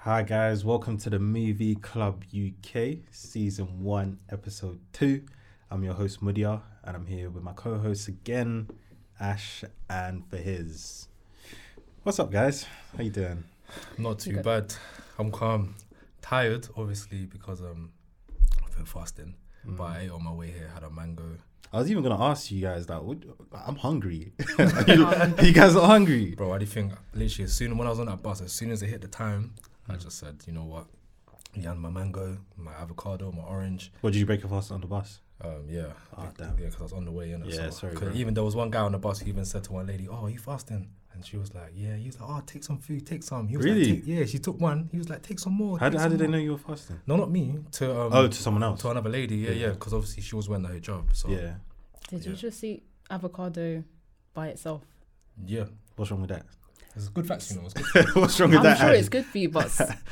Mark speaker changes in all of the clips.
Speaker 1: Hi, guys. Welcome to the Movie Club UK, Season 1, Episode 2. I'm your host, Mudia, and I'm here with my co hosts again, Ash and Fahiz. What's up, guys? How you doing?
Speaker 2: Not too bad. I'm calm. Tired, obviously, because um, I've been fasting. But
Speaker 1: Mm.
Speaker 2: I ate on my way here, had a mango.
Speaker 1: I was even going to ask you guys that. What, I'm hungry. you, you guys are hungry.
Speaker 2: Bro, I do you think? Literally, as soon when I was on that bus, as soon as it hit the time, I
Speaker 1: Mm.
Speaker 2: just said, you know what? Yeah, my mango, my avocado, my orange.
Speaker 1: What, did you break your fast on the bus?
Speaker 2: Um, yeah.
Speaker 1: Ah,
Speaker 2: Be-
Speaker 1: damn.
Speaker 2: Yeah, because I was on the way in.
Speaker 1: Yeah, sorry, bro.
Speaker 2: Even there was one guy on the bus who even said to one lady, "Oh, are you fasting?" And she was like, "Yeah." He was like, "Oh, take some food, take some." He was
Speaker 1: Really?
Speaker 2: Like, "Take-" yeah, she took one. He was like, "Take some more."
Speaker 1: How,
Speaker 2: take
Speaker 1: d- how
Speaker 2: some
Speaker 1: did they
Speaker 2: more."
Speaker 1: know you were fasting?
Speaker 2: No, not me. To um,
Speaker 1: Oh, to someone else.
Speaker 2: to another lady. Yeah,
Speaker 1: Yeah.
Speaker 2: yeah. Because obviously she was wearing the hijab. So
Speaker 1: Yeah.
Speaker 3: Did you
Speaker 2: Yeah.
Speaker 3: just eat avocado by itself?
Speaker 2: yeah.
Speaker 1: What's wrong with that?
Speaker 2: It's a good vaccine. It was good.
Speaker 1: What's wrong with
Speaker 3: I'm
Speaker 1: that?
Speaker 3: sure
Speaker 1: Ash?
Speaker 3: it's good for you, but s-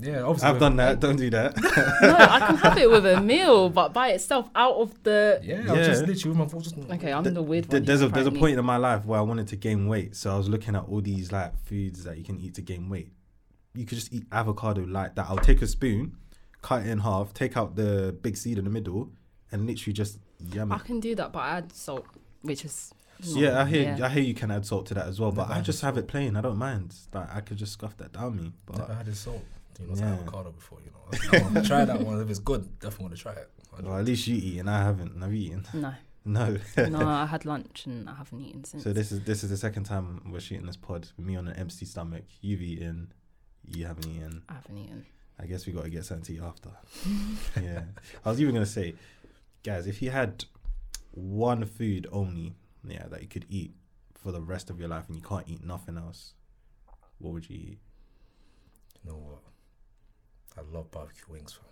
Speaker 2: Yeah, obviously.
Speaker 1: I've done that. Don't do that.
Speaker 3: no, I can have it with a meal, but by itself, out of the.
Speaker 2: Yeah, I was just
Speaker 1: Yeah.
Speaker 2: literally with my thoughts. Just,
Speaker 3: Okay, I'm
Speaker 1: Th-
Speaker 3: the weird
Speaker 1: Th-
Speaker 3: one.
Speaker 1: there's
Speaker 3: here,
Speaker 1: a there's a
Speaker 3: apparently.
Speaker 1: point in my life where I wanted to gain weight, so I was looking at all these like foods that you can eat to gain weight. You could just eat avocado like that. I'll take a spoon, cut it in half, take out the big seed in the middle, and literally just yum
Speaker 3: I
Speaker 1: it.
Speaker 3: can do that, but I add salt, which is. not-
Speaker 1: Yeah, I hear
Speaker 3: yeah.
Speaker 1: I hear you can add salt to that as well, but
Speaker 2: Never
Speaker 1: I
Speaker 2: had
Speaker 1: just have it plain. I don't mind. Like I could just scuff that down me. But
Speaker 2: Never had a salt. You know, it's
Speaker 1: Yeah.
Speaker 2: avocado before. You know, I want to try that one. If it's good, definitely want to try it. I
Speaker 1: well, at least you eat and I haven't. Have you eaten?
Speaker 3: No,
Speaker 1: No.
Speaker 3: no, I had lunch and I haven't eaten since.
Speaker 1: so this is this is the second time we're shooting this pod. Me on an empty stomach. You've eaten. You haven't eaten.
Speaker 3: I haven't eaten.
Speaker 1: I guess we got to get something to eat after. yeah. I was even going to say, guys, if you had one food only, yeah, that you could eat for the rest of your life and you can't eat nothing else, what would you eat?
Speaker 2: You know what? I love barbecue wings. fam.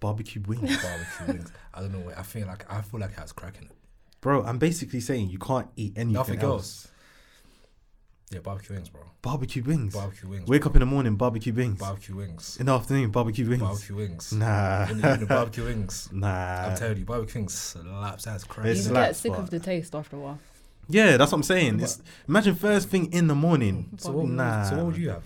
Speaker 1: Barbecue wings.
Speaker 2: Barbecue wings. I don't know. why- I feel like I feel like I was cracking it.
Speaker 1: Bro, I'm basically saying you can't eat anything
Speaker 2: Nothing
Speaker 1: else.
Speaker 2: else. Yeah, barbecue wings, bro.
Speaker 1: Barbecue wings.
Speaker 2: Barbecue wings.
Speaker 1: Wake up in the morning, barbecue wings.
Speaker 2: Barbecue wings.
Speaker 1: in the afternoon, barbecue wings.
Speaker 2: Barbecue wings.
Speaker 1: Nah.
Speaker 2: When you eat the barbecue wings.
Speaker 1: Nah.
Speaker 2: I'm telling you, barbecue wings slaps.
Speaker 1: It's
Speaker 2: That's
Speaker 3: You
Speaker 2: crazy.
Speaker 3: can
Speaker 1: like-
Speaker 3: get sick of
Speaker 1: but-
Speaker 3: the taste after a while.
Speaker 1: Yeah, that's what I'm saying. It's, imagine first thing in the morning.
Speaker 2: So what,
Speaker 1: nah.
Speaker 2: so what would you have?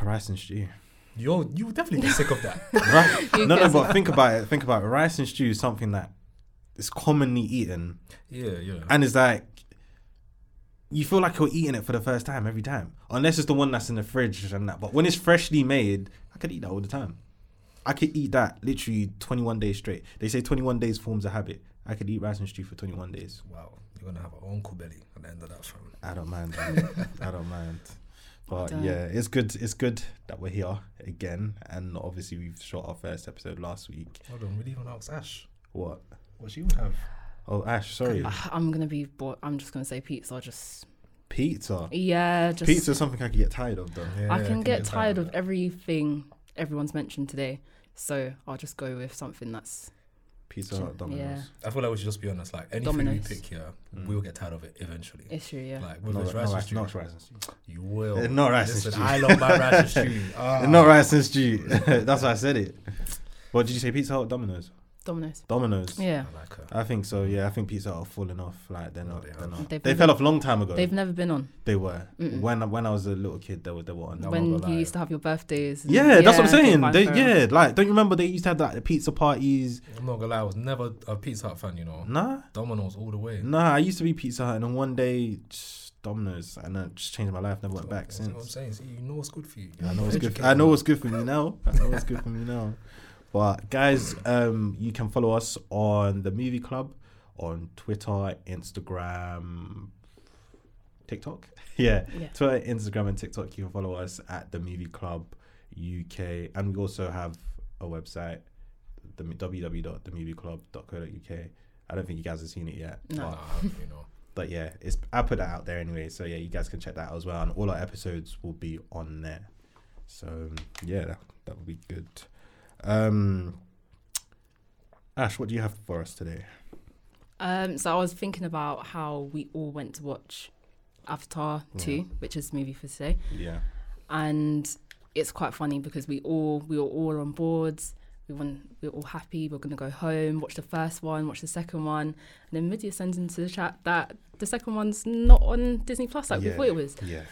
Speaker 1: Rice and stew.
Speaker 2: You're, you would definitely get sick of that.
Speaker 1: Right.
Speaker 3: You
Speaker 1: no, no,
Speaker 3: guys-
Speaker 1: but think about it. Think about it. Rice and stew is something that is commonly eaten,
Speaker 2: Yeah, yeah.
Speaker 1: and it's like you feel like you're eating it for the first time every time, unless it's the one that's in the fridge and that. But when it's freshly made, I could eat that all the time. I could eat that literally 21 days straight. They say 21 days forms a habit. I could eat rice and stew for 21 days.
Speaker 2: Wow, you're gonna have an uncle belly at the end of that film.
Speaker 1: I don't mind. man. I don't mind. But
Speaker 3: Damn.
Speaker 1: yeah, it's good. It's good that we're here again, and obviously we've shot our first episode last week.
Speaker 2: Hold on, we didn't even ask Ash
Speaker 1: What?
Speaker 2: what she would have.
Speaker 1: Oh, Ash, sorry.
Speaker 3: I'm gonna be bored. I'm just gonna say pizza. Just
Speaker 1: Pizza.
Speaker 3: yeah, just
Speaker 1: Pizza's something I could get tired of though.
Speaker 2: Yeah,
Speaker 3: I can get, tired of
Speaker 2: that.
Speaker 3: everything everyone's mentioned today, so I'll just go with something that's
Speaker 1: Pizza Hut, Domino's.
Speaker 2: I feel like we should just be honest. Like anything
Speaker 3: Domino's.
Speaker 2: we pick here, we'll get tired of it eventually.
Speaker 3: issue. Yeah,
Speaker 2: Like with
Speaker 1: Mm. Not,
Speaker 2: this
Speaker 1: ri-
Speaker 2: rice
Speaker 1: Mm. no,
Speaker 2: and
Speaker 1: rice,
Speaker 2: stew,
Speaker 1: not rice and stew.
Speaker 2: you will.
Speaker 1: Eh, not rice and
Speaker 2: Listen,
Speaker 1: stew.
Speaker 2: I love my rice and stew. Ah.
Speaker 1: Not rice and stew. That's why I said it. What did you say? Pizza Hut, Domino's.
Speaker 3: Domino's.
Speaker 1: Domino's.
Speaker 3: Yeah,
Speaker 2: I like her.
Speaker 1: I think so. Yeah, I think Pizza Hut are falling off. Like they're
Speaker 2: No,
Speaker 1: not.
Speaker 2: they
Speaker 1: They are
Speaker 2: haven't.
Speaker 1: not. they
Speaker 3: They've never-
Speaker 1: fell off a long time ago.
Speaker 3: they've never been on.
Speaker 1: They were
Speaker 3: Mm-mm.
Speaker 1: when when I was a little kid. They were they were on.
Speaker 2: No. I'm
Speaker 3: when
Speaker 2: not gonna
Speaker 3: you
Speaker 2: lie.
Speaker 3: used to have your birthdays. and-
Speaker 1: Yeah, that's what I'm
Speaker 3: okay,
Speaker 1: saying.
Speaker 3: fine,
Speaker 1: They,
Speaker 3: fair enough.
Speaker 1: yeah, like don't you remember they used to have like the pizza parties?
Speaker 2: I'm not gonna lie, I was never a Pizza Hut fan. You know,
Speaker 1: Nah,
Speaker 2: Domino's all the way.
Speaker 1: nah. I used to be Pizza Hut, and then one day just Domino's, and then it just changed my life. Never went back
Speaker 2: You know what I'm
Speaker 1: since.
Speaker 2: saying? See, you know what's good for you.
Speaker 1: I know what's good.
Speaker 2: Educate
Speaker 1: I know
Speaker 2: me.
Speaker 1: what's good for me now. I know what's good for me now. But guys, um, you can follow us on the Movie Club on Twitter, Instagram, TikTok. Yeah,
Speaker 3: Yeah.
Speaker 1: Twitter, Instagram, and TikTok. You can follow us at the Movie Club UK, and we also have a website, the www.themovieclub.co.uk. I don't think you guys have seen it yet.
Speaker 3: No.
Speaker 2: Nah, you know.
Speaker 1: But yeah, it's I put that out there anyway, so yeah, you guys can check that out as well, and all our episodes will be on there. So yeah, that that would be good. Um, Ash, what do you have for us today?
Speaker 3: Um, so I was thinking about how we all went to watch Avatar
Speaker 1: Yeah.
Speaker 3: Two, which is the movie for today,
Speaker 1: Yeah,
Speaker 3: and it's quite funny because we all we were all on boards. We want, we we're all happy. We're gonna go home, watch the first one, watch the second one, and then Midya sends into the chat that the second one's not on Disney Plus like we
Speaker 1: Yeah.
Speaker 3: thought it was.
Speaker 1: yeah,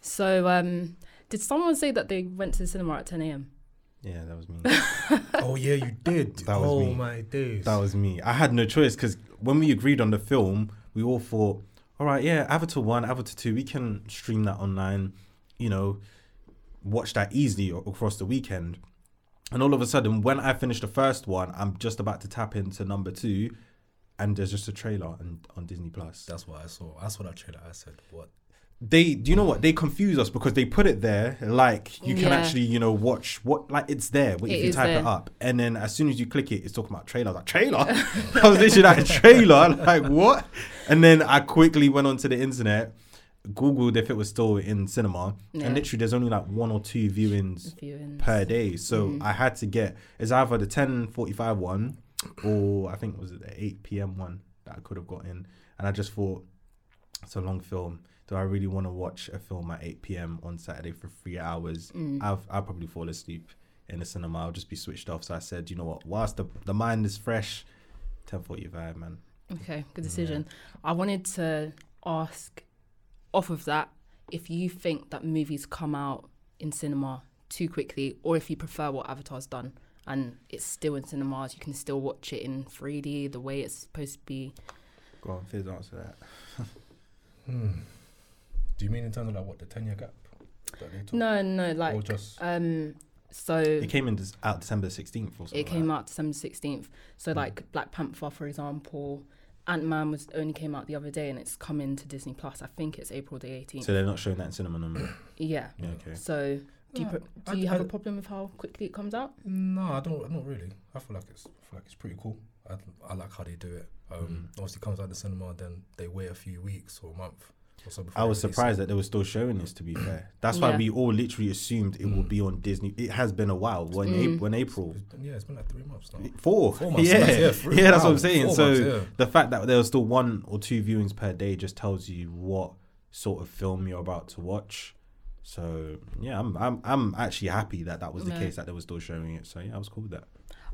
Speaker 3: So um, Did someone say that they went to the cinema at 10 a.m.?
Speaker 1: Yeah, that was me.
Speaker 2: Oh yeah, you did.
Speaker 1: That was
Speaker 2: oh
Speaker 1: me.
Speaker 2: my days.
Speaker 1: That was me. I had no choice because when we agreed on the film, we all thought, all right, yeah, Avatar 1, Avatar 2, we can stream that online, you know, watch that easily a- across the weekend. And all of a sudden, when I finished the first one, I'm just about to tap into number two, and there's just a trailer on, on Disney Plus.
Speaker 2: That's what I saw. I saw that trailer. I said, "What?
Speaker 1: They, do you know what? They confuse us because they put it there like you can
Speaker 3: Yeah.
Speaker 1: actually, you know, watch what, like it's there, but
Speaker 3: It
Speaker 1: if you
Speaker 3: is
Speaker 1: type it
Speaker 3: there.
Speaker 1: up. And then as soon as you click it, it's talking about trailer. I was like, trailer? I was literally like, trailer? Like, what? And then I quickly went onto the internet, Googled if it was still in cinema,
Speaker 3: Yeah.
Speaker 1: and literally there's only like one or two viewings
Speaker 3: Viewing.
Speaker 1: per day. So
Speaker 3: Mm-hmm.
Speaker 1: I had to get, it's either the 10.45 one or I think it was the 8 p.m. one that I could have got in. And I just thought, it's a long film. Do I really want to watch a film at 8 p.m. on Saturday for three hours?
Speaker 3: Mm.
Speaker 1: I'll, I'll probably fall asleep in the cinema. I'll just be switched off. So I said, you know what? Whilst the, the mind is fresh, 10.45, man.
Speaker 3: Okay, good decision. I wanted to ask off of that if you think that movies come out in cinema too quickly or if you prefer what Avatar's done and it's still in cinemas, you can still watch it in 3D the way it's supposed to be.
Speaker 1: Go on, Fizz, answer that.
Speaker 2: Hmm. Do you mean in terms of like what the ten year gap that they took,
Speaker 3: No, no,
Speaker 2: or
Speaker 3: like
Speaker 2: just
Speaker 3: um so
Speaker 1: It came in des- out December 16th or something.
Speaker 3: it came
Speaker 1: like
Speaker 3: out December 16th. So
Speaker 1: Hmm.
Speaker 3: like Black Panther for example, Ant-Man was only came out the other day and it's coming to Disney Plus. I think it's April the 18th.
Speaker 1: So they're not showing that in cinema no more.
Speaker 3: yeah.
Speaker 1: Yeah, okay.
Speaker 3: So do you,
Speaker 2: No,
Speaker 3: pr
Speaker 2: I-
Speaker 3: do you have
Speaker 2: I-
Speaker 3: a problem with how quickly it comes out?
Speaker 2: no? I don't. Not really. I feel like it's I feel like it's pretty cool. I, I like how they do it.
Speaker 1: Mm.
Speaker 2: Um, Obviously, it comes out the cinema, then they wait a few weeks or a month or so. Before
Speaker 1: I
Speaker 2: they
Speaker 1: was
Speaker 2: release it.
Speaker 1: surprised that they were still showing this. To be fair, that's why
Speaker 3: Yeah.
Speaker 1: we all literally assumed it would be on Disney. It has been a while. When
Speaker 3: Mm.
Speaker 1: April, when April
Speaker 2: It's been- Yeah, it's been like three months now.
Speaker 1: four,
Speaker 2: Four months,
Speaker 1: yeah,
Speaker 2: that's-
Speaker 1: yeah,
Speaker 2: yeah, three-
Speaker 1: that's what I'm
Speaker 2: wow,
Speaker 1: saying.
Speaker 2: four
Speaker 1: So
Speaker 2: months, yeah.
Speaker 1: the fact that there was still one or two viewings per day just tells you what sort of film you're about to watch. So yeah, I'm I'm I'm actually happy that that was the
Speaker 3: Yeah.
Speaker 1: case that they were still showing it. So yeah, I was cool with that.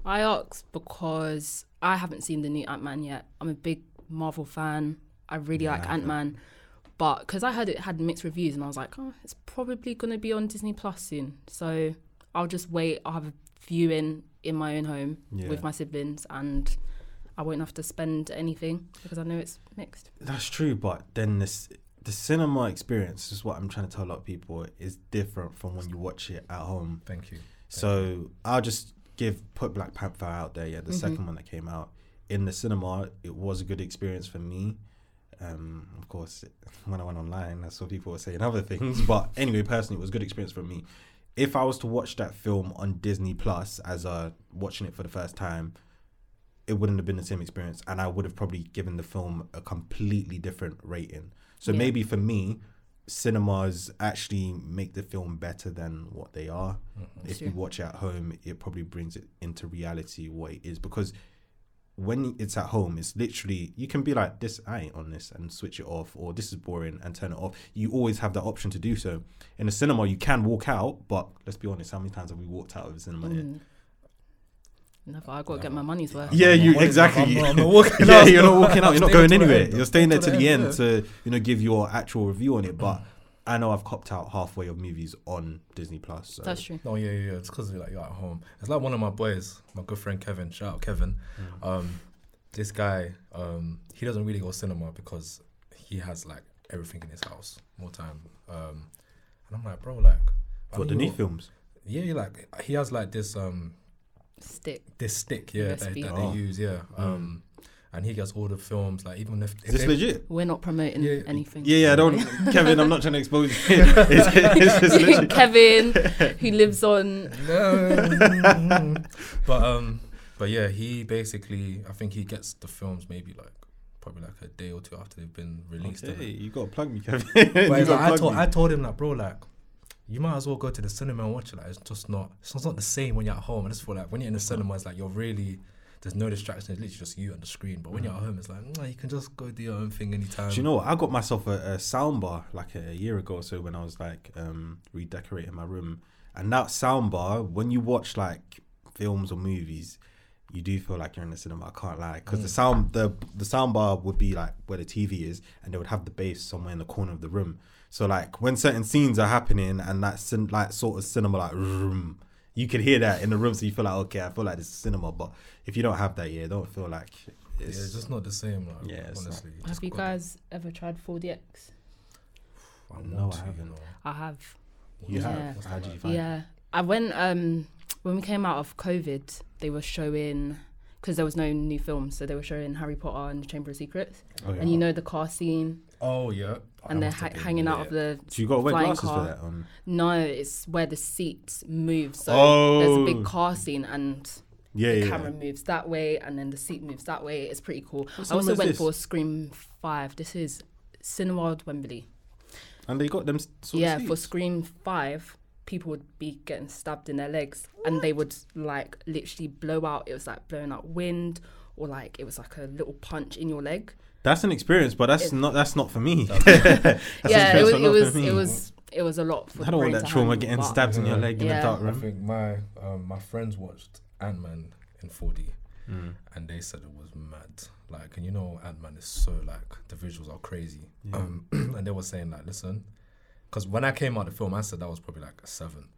Speaker 3: I asked because I haven't seen the new Ant Man yet. I'm a big Marvel fan. I really like Ant Man, but because I heard it had mixed reviews, and I was like, oh, it's probably gonna be on Disney Plus soon. So I'll just wait. I'll have a viewing in my own home
Speaker 1: Yeah.
Speaker 3: with my siblings, and I won't have to spend anything because I know it's mixed.
Speaker 1: That's true, but then this the cinema experience is what I'm trying to tell a lot of people is different from when you watch it at home.
Speaker 2: Thank you.
Speaker 1: So I'll just give put Black Panther out there. Yeah, the second one that came out in the cinema, it was a good experience for me. Um, of course, when I went online, I saw people were saying other things, but anyway, personally, it was a good experience for me. If I was to watch that film on Disney Plus as uh watching it for the first time, it wouldn't have been the same experience, and I would have probably given the film a completely different rating. So
Speaker 3: Yeah.
Speaker 1: maybe for me, cinemas actually make the film better than what they are. If you
Speaker 3: Sure.
Speaker 1: watch it at home, it probably brings it into reality what it is because when it's at home, it's literally you can be like this. I ain't on this and switch it off, or this is boring and turn it off. You always have that option to do so. In a cinema, you can walk out, but let's be honest, how many times have we walked out of a cinema? here?
Speaker 3: Mm. Never. I gotta get my money's worth.
Speaker 1: Yeah,
Speaker 2: I'm
Speaker 1: you
Speaker 2: not-
Speaker 1: exactly.
Speaker 2: I'm not- I'm not walking
Speaker 1: yeah,
Speaker 2: out.
Speaker 1: you're not walking out. You're not going
Speaker 2: Staying till the
Speaker 1: anywhere.
Speaker 2: end.
Speaker 1: You're staying there to
Speaker 2: Till
Speaker 1: the end
Speaker 2: yeah.
Speaker 1: to you know give your actual review on it. But I know I've copped out halfway of movies on Disney Plus. So.
Speaker 3: That's true.
Speaker 2: No, Oh, yeah, yeah, yeah. It's because like you're at home. It's like one of my boys, my good friend Kevin. Shout out Kevin. Um, this guy, um, he doesn't really go cinema because he has like everything in his house more time. Um, and I'm like, bro, like, I
Speaker 1: what the new
Speaker 2: mean, what-
Speaker 1: films?
Speaker 2: Yeah, like he has like this um
Speaker 3: Stick.
Speaker 2: this stick, yeah, that,
Speaker 3: USB.
Speaker 2: that
Speaker 1: Oh.
Speaker 2: they use, yeah. Um, and he gets all the films, like even if, if
Speaker 1: Is this
Speaker 2: they-
Speaker 1: legit?
Speaker 3: We're not promoting
Speaker 2: Yeah,
Speaker 3: anything.
Speaker 1: Yeah, yeah. I don't, Kevin. I'm not trying to expose you. it's, it's, it's legit.
Speaker 3: Kevin, who lives on
Speaker 2: No. but um, but yeah, he basically, I think he gets the films maybe like probably like a day or two after they've been released.
Speaker 1: Okay,
Speaker 2: innit?
Speaker 1: you gotta plug me, Kevin.
Speaker 2: But
Speaker 1: you
Speaker 2: it's like, I
Speaker 1: gotta
Speaker 2: told
Speaker 1: plug
Speaker 2: I
Speaker 1: me.
Speaker 2: told him like, bro, like. You might as well go to the cinema and watch it. Like, it's just not. It's just not the same when you're at home. I just feel like when you're in the cinema, it's like you're really. There's no distractions. It's literally just you and the screen. But when you're at home, it's like nah, you can just go do your own thing anytime.
Speaker 1: Mm. Do you know what? I got myself a, a soundbar like a year ago or so when I was like um, redecorating my room, and that soundbar when you watch like films or movies, you do feel like you're in the cinema. I can't lie, because the
Speaker 2: Mm.
Speaker 1: sound the the sound bar would be like where the TV is, and they would have the bass somewhere in the corner of the room. So like when certain scenes are happening, and that cin- like sort of cinema like room, you can hear that in the room. So you feel like okay, I feel like this is cinema. But if you don't have that, yeah, don't feel like
Speaker 2: Yeah,
Speaker 1: it's
Speaker 2: it's just not the same. Like,
Speaker 1: Yeah, it's not.
Speaker 2: honestly.
Speaker 3: Have
Speaker 2: Just
Speaker 3: you
Speaker 2: got-
Speaker 3: guys ever tried 4DX?
Speaker 2: I want
Speaker 1: No, I
Speaker 2: to, you
Speaker 1: haven't.
Speaker 2: know.
Speaker 3: I have.
Speaker 1: you
Speaker 3: Yeah.
Speaker 1: have. How do you find?
Speaker 3: Yeah, I went um when we came out of COVID, they were showing because there was no new films, so they were showing Harry Potter and the Chamber of Secrets,
Speaker 1: it? Oh, yeah.
Speaker 3: and you know the car scene,
Speaker 2: Oh yeah.
Speaker 3: and they're ha- hanging out of the
Speaker 1: so you got to wear
Speaker 3: flying
Speaker 1: glasses
Speaker 3: car.
Speaker 1: for that. Um,
Speaker 3: no, it's where the seats move, so there's a
Speaker 1: Oh.
Speaker 3: big car scene and.
Speaker 1: yeah,
Speaker 3: the
Speaker 1: yeah.
Speaker 3: camera moves that way and then the seat moves that way. It's pretty cool. I
Speaker 1: cinema
Speaker 3: also
Speaker 1: is
Speaker 3: went
Speaker 1: this?
Speaker 3: for Scream 5. This is Cineworld Wembley.
Speaker 1: And they got them. s- Sort
Speaker 3: yeah,
Speaker 1: of
Speaker 3: for
Speaker 1: seats.
Speaker 3: Scream 5, people would be getting stabbed in their legs and they would like literally blow out. It was like blowing out wind or like it was like a little punch in your leg.
Speaker 1: That's an experience, but that's
Speaker 3: It-
Speaker 1: not that's not for me. That's an
Speaker 3: yeah, it
Speaker 1: experience,
Speaker 3: was,
Speaker 1: but
Speaker 3: it
Speaker 1: not
Speaker 3: was,
Speaker 1: for me.
Speaker 3: it was, it was a lot for
Speaker 1: I don't want that trauma
Speaker 3: getting
Speaker 1: getting stabbed in your
Speaker 2: Yeah.
Speaker 1: leg in
Speaker 3: Yeah.
Speaker 1: the dark
Speaker 2: I
Speaker 1: room.
Speaker 2: think my um, my friends watched Ant Man in 4D,
Speaker 1: Mm,
Speaker 2: and they said it was mad. Like, and you know, Ant Man is so like the visuals are crazy. Um, and they were saying like, listen, because when I came out of the film, I said that was probably like a seven,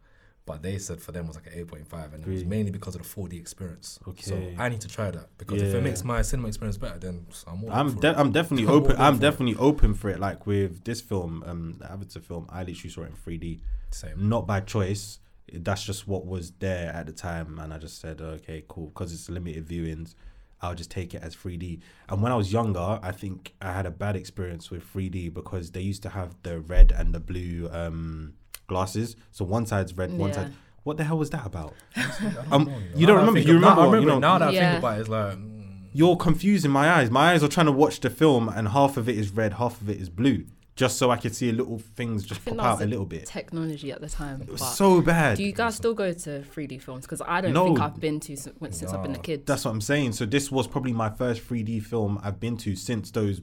Speaker 2: but they said for them it was like an eight point five, and it was
Speaker 1: Really?
Speaker 2: mainly because of the 4D experience. So
Speaker 1: Okay.
Speaker 2: I need to try that because if
Speaker 1: Yeah.
Speaker 2: it makes my cinema experience better, then I'm all up
Speaker 1: I'm
Speaker 2: for
Speaker 1: de-
Speaker 2: it.
Speaker 1: I'm definitely
Speaker 2: I'm
Speaker 1: open.
Speaker 2: all
Speaker 1: I'm
Speaker 2: for it.
Speaker 1: definitely open for it. Like with this film, um, the Avatar film, I literally saw it in 3D,
Speaker 2: Same.
Speaker 1: not by choice. That's just what was there at the time, and I just said, okay, cool, because it's limited viewings. I'll just take it as 3D. And when I was younger, I think I had a bad experience with 3D because they used to have the red and the blue um, glasses. So one side's red, one
Speaker 3: Yeah.
Speaker 1: side. What the hell was that about?
Speaker 2: I don't
Speaker 1: Um,
Speaker 2: know,
Speaker 1: you don't
Speaker 2: Now that I
Speaker 1: remember-
Speaker 2: think
Speaker 1: you
Speaker 2: of- now-
Speaker 1: remember
Speaker 2: I
Speaker 1: what, you
Speaker 2: remember it.
Speaker 1: know-
Speaker 2: now that I
Speaker 3: Yeah.
Speaker 2: think about it, it's like. mm,
Speaker 1: you're confusing my eyes. My eyes are trying to watch the film, and half of it is red, half of it is blue, just so I could see little things just pop
Speaker 3: think
Speaker 1: out
Speaker 3: that's
Speaker 1: a
Speaker 3: a
Speaker 1: little bit.
Speaker 3: technology at the time.
Speaker 1: It
Speaker 3: but
Speaker 1: was so bad.
Speaker 3: do you guys still go to 3D films? Because I don't
Speaker 1: No.
Speaker 3: think I've been to since, since I've been a
Speaker 2: No.
Speaker 3: kid.
Speaker 1: That's what I'm saying. So this was probably my first 3D film I've been to since those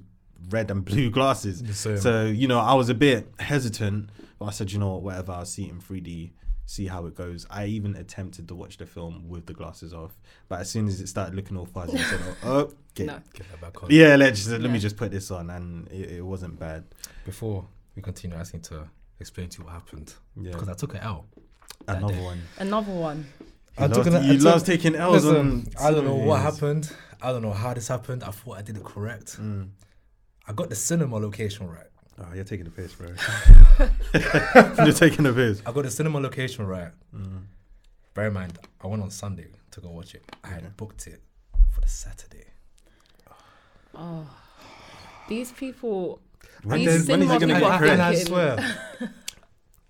Speaker 1: red and blue glasses.
Speaker 2: The same.
Speaker 1: So you know, I was a bit hesitant, but I said, you know, what, whatever. I'll see it in 3D, see how it goes. I even attempted to watch the film with the glasses off, but as soon as it started looking all fuzzy, I said, oh, okay.
Speaker 3: No.
Speaker 2: Get that back on.
Speaker 1: Yeah, let's just, let me
Speaker 3: Yeah.
Speaker 1: just put this on, and it, it wasn't bad.
Speaker 2: Before we continue, I just need to explain to you what happened
Speaker 1: Yeah,
Speaker 2: because I took an L. that
Speaker 1: another
Speaker 2: day.
Speaker 1: one.
Speaker 3: Another one.
Speaker 1: He loves, he loves taking L's on.
Speaker 2: um, I don't know what
Speaker 1: surveys.
Speaker 2: happened. I don't know how this happened. I thought I did it correct. I got the cinema location right.
Speaker 1: Oh, you're taking the piss, bro. you're taking the piss.
Speaker 2: I got the cinema location right. Bear in mind, I went on Sunday to go watch it. I had booked it for the Saturday.
Speaker 3: Oh, these people.
Speaker 1: When
Speaker 3: These
Speaker 1: is, when is
Speaker 3: cinema
Speaker 1: he gonna
Speaker 3: people
Speaker 1: get
Speaker 3: are
Speaker 2: and
Speaker 1: correct?
Speaker 2: I
Speaker 3: thinking-
Speaker 2: swear.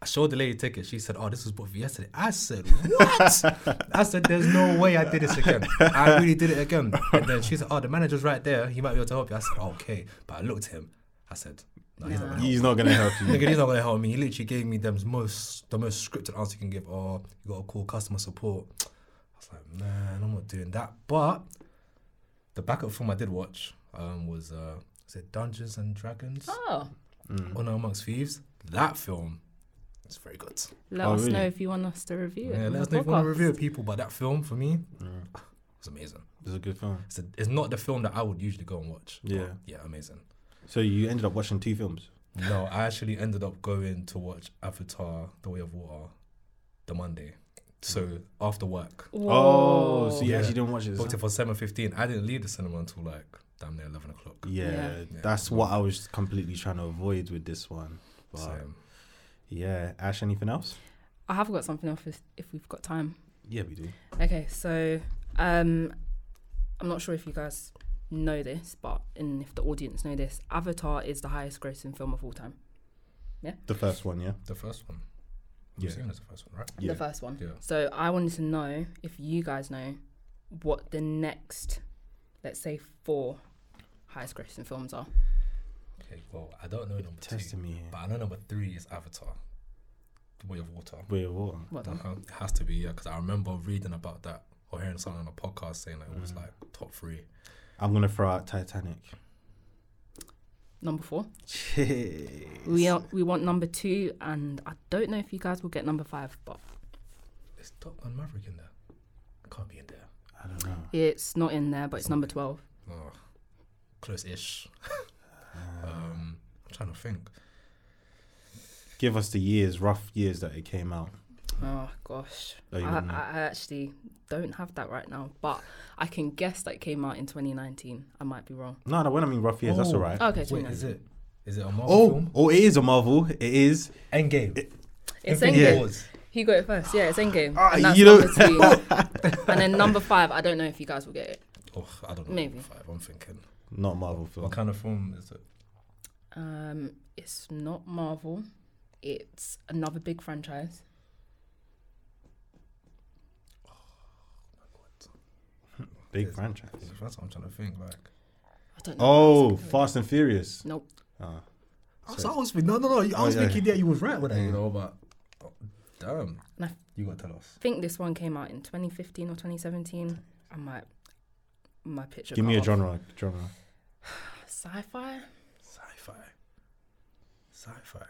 Speaker 2: I showed the lady ticket. She said, "Oh, this was booked for yesterday." I said, "What?" I said, "There's no way I did this again. I really did it again." And then she said, "Oh, the manager's right there. He might be able to help you." I said, oh, "Okay," but I looked at him. I said, "No, he's not gonna
Speaker 1: He's not gonna help
Speaker 2: help." Nigga,
Speaker 1: you.
Speaker 2: he's not gonna help me. He literally gave me them most the most scripted answer you can give. Oh, you gotta call customer support. I was like, man, I'm not doing that. But the backup film I did watch um, was uh, was it Dungeons and Dragons?
Speaker 3: Oh,
Speaker 1: Mm.
Speaker 2: Honor Amongst Thieves. That film is very good.
Speaker 3: let
Speaker 1: Oh,
Speaker 3: us
Speaker 1: really?
Speaker 3: know if you want us to review it.
Speaker 2: Yeah, let
Speaker 3: on the
Speaker 2: us know if you want to
Speaker 3: podcast.
Speaker 2: review it, people. But that film for me was amazing.
Speaker 1: Mm. This is a good film.
Speaker 2: It's, a, it's not the film that I would usually go and watch. but
Speaker 1: Yeah.
Speaker 2: yeah, amazing.
Speaker 1: So you ended up watching two films.
Speaker 2: No, I actually ended up going to watch Avatar: The Way of Water the Monday. So
Speaker 1: Mm.
Speaker 2: after work,
Speaker 1: Oh,
Speaker 3: Whoa.
Speaker 1: so you
Speaker 2: Yeah.
Speaker 1: actually didn't watch it?
Speaker 2: booked it
Speaker 1: huh?
Speaker 2: for seven fifteen. I didn't leave the cinema until like damn near eleven o'clock.
Speaker 1: Yeah,
Speaker 3: Yeah.
Speaker 1: that's what I was completely trying to avoid with this one. But
Speaker 2: So,
Speaker 1: yeah, Ash, anything else?
Speaker 3: I have got something else if, if we've got time.
Speaker 1: Yeah, we do.
Speaker 3: Okay, so um, I'm not sure if you guys know this, but and if the audience know this, Avatar is the highest-grossing film of all time.
Speaker 1: The first one, yeah.
Speaker 2: the first one. I'm
Speaker 1: Yeah.
Speaker 2: assuming it's the first one, right?
Speaker 1: Yeah.
Speaker 3: the first one.
Speaker 2: Yeah.
Speaker 3: So I wanted to know if you guys know what the next, let's say, four highest grossing films are.
Speaker 2: Okay. Well, I don't know number two,
Speaker 1: Testing me here.
Speaker 2: but I know number three is Avatar: The Way of Water.
Speaker 1: Wait, what?
Speaker 3: What the?
Speaker 2: Uh-huh. It has to be yeah, because I remember reading about that or hearing something on a podcast saying like it was like top three.
Speaker 1: I'm gonna throw out Titanic.
Speaker 3: Number four. We are, we want number two, and I don't know if you guys will get number five, but
Speaker 2: Is Top Gun Maverick in there? Can't be in there.
Speaker 1: I don't know.
Speaker 3: It's not in there, but it's number 12.
Speaker 2: Oh, close-ish. um, I'm trying to think.
Speaker 1: Give us the years, rough years that it came out.
Speaker 3: Oh, gosh.
Speaker 1: Oh, you
Speaker 3: I,
Speaker 1: wouldn't know.
Speaker 3: I I actually don't have that right now, but I can guess that it came out in 2019. I might be wrong.
Speaker 1: No, no, when I mean rough years, that's
Speaker 2: Oh.
Speaker 1: all right.
Speaker 3: Okay,
Speaker 2: Wait,
Speaker 3: 2019.
Speaker 2: is it? Is it a Marvel
Speaker 1: Oh,
Speaker 2: film?
Speaker 1: oh, it is a Marvel. It is.
Speaker 2: Endgame.
Speaker 3: It's
Speaker 2: Infinity
Speaker 3: Endgame.
Speaker 2: Wars.
Speaker 3: He got it first. Yeah, it's Endgame.
Speaker 1: Ah,
Speaker 3: and that's
Speaker 1: you
Speaker 3: number
Speaker 1: don't-
Speaker 3: two. and then number five, I don't know if you guys will get it.
Speaker 2: Oh, I don't know.
Speaker 3: Maybe.
Speaker 2: Five, I'm thinking.
Speaker 1: Not a Marvel film.
Speaker 2: What kind of film is it?
Speaker 3: Um, it's not Marvel. It's another big franchise.
Speaker 1: Big franchise.
Speaker 2: That's what I'm trying to think. Like.
Speaker 3: I don't know.
Speaker 1: Oh, Fast and Furious. Ah,
Speaker 3: Nope.
Speaker 2: I was, I was thinking, no, no, no. I was
Speaker 1: yeah.
Speaker 2: thinking that you was right with that, Oh, you know, but oh, damn.
Speaker 3: And I
Speaker 2: You got to tell us.
Speaker 3: think this one came out in 2015 or 2017. I might. My picture.
Speaker 1: Give me a
Speaker 3: got off.
Speaker 1: genre. Genre.
Speaker 3: Sci-fi.
Speaker 2: Sci fi. Sci fi.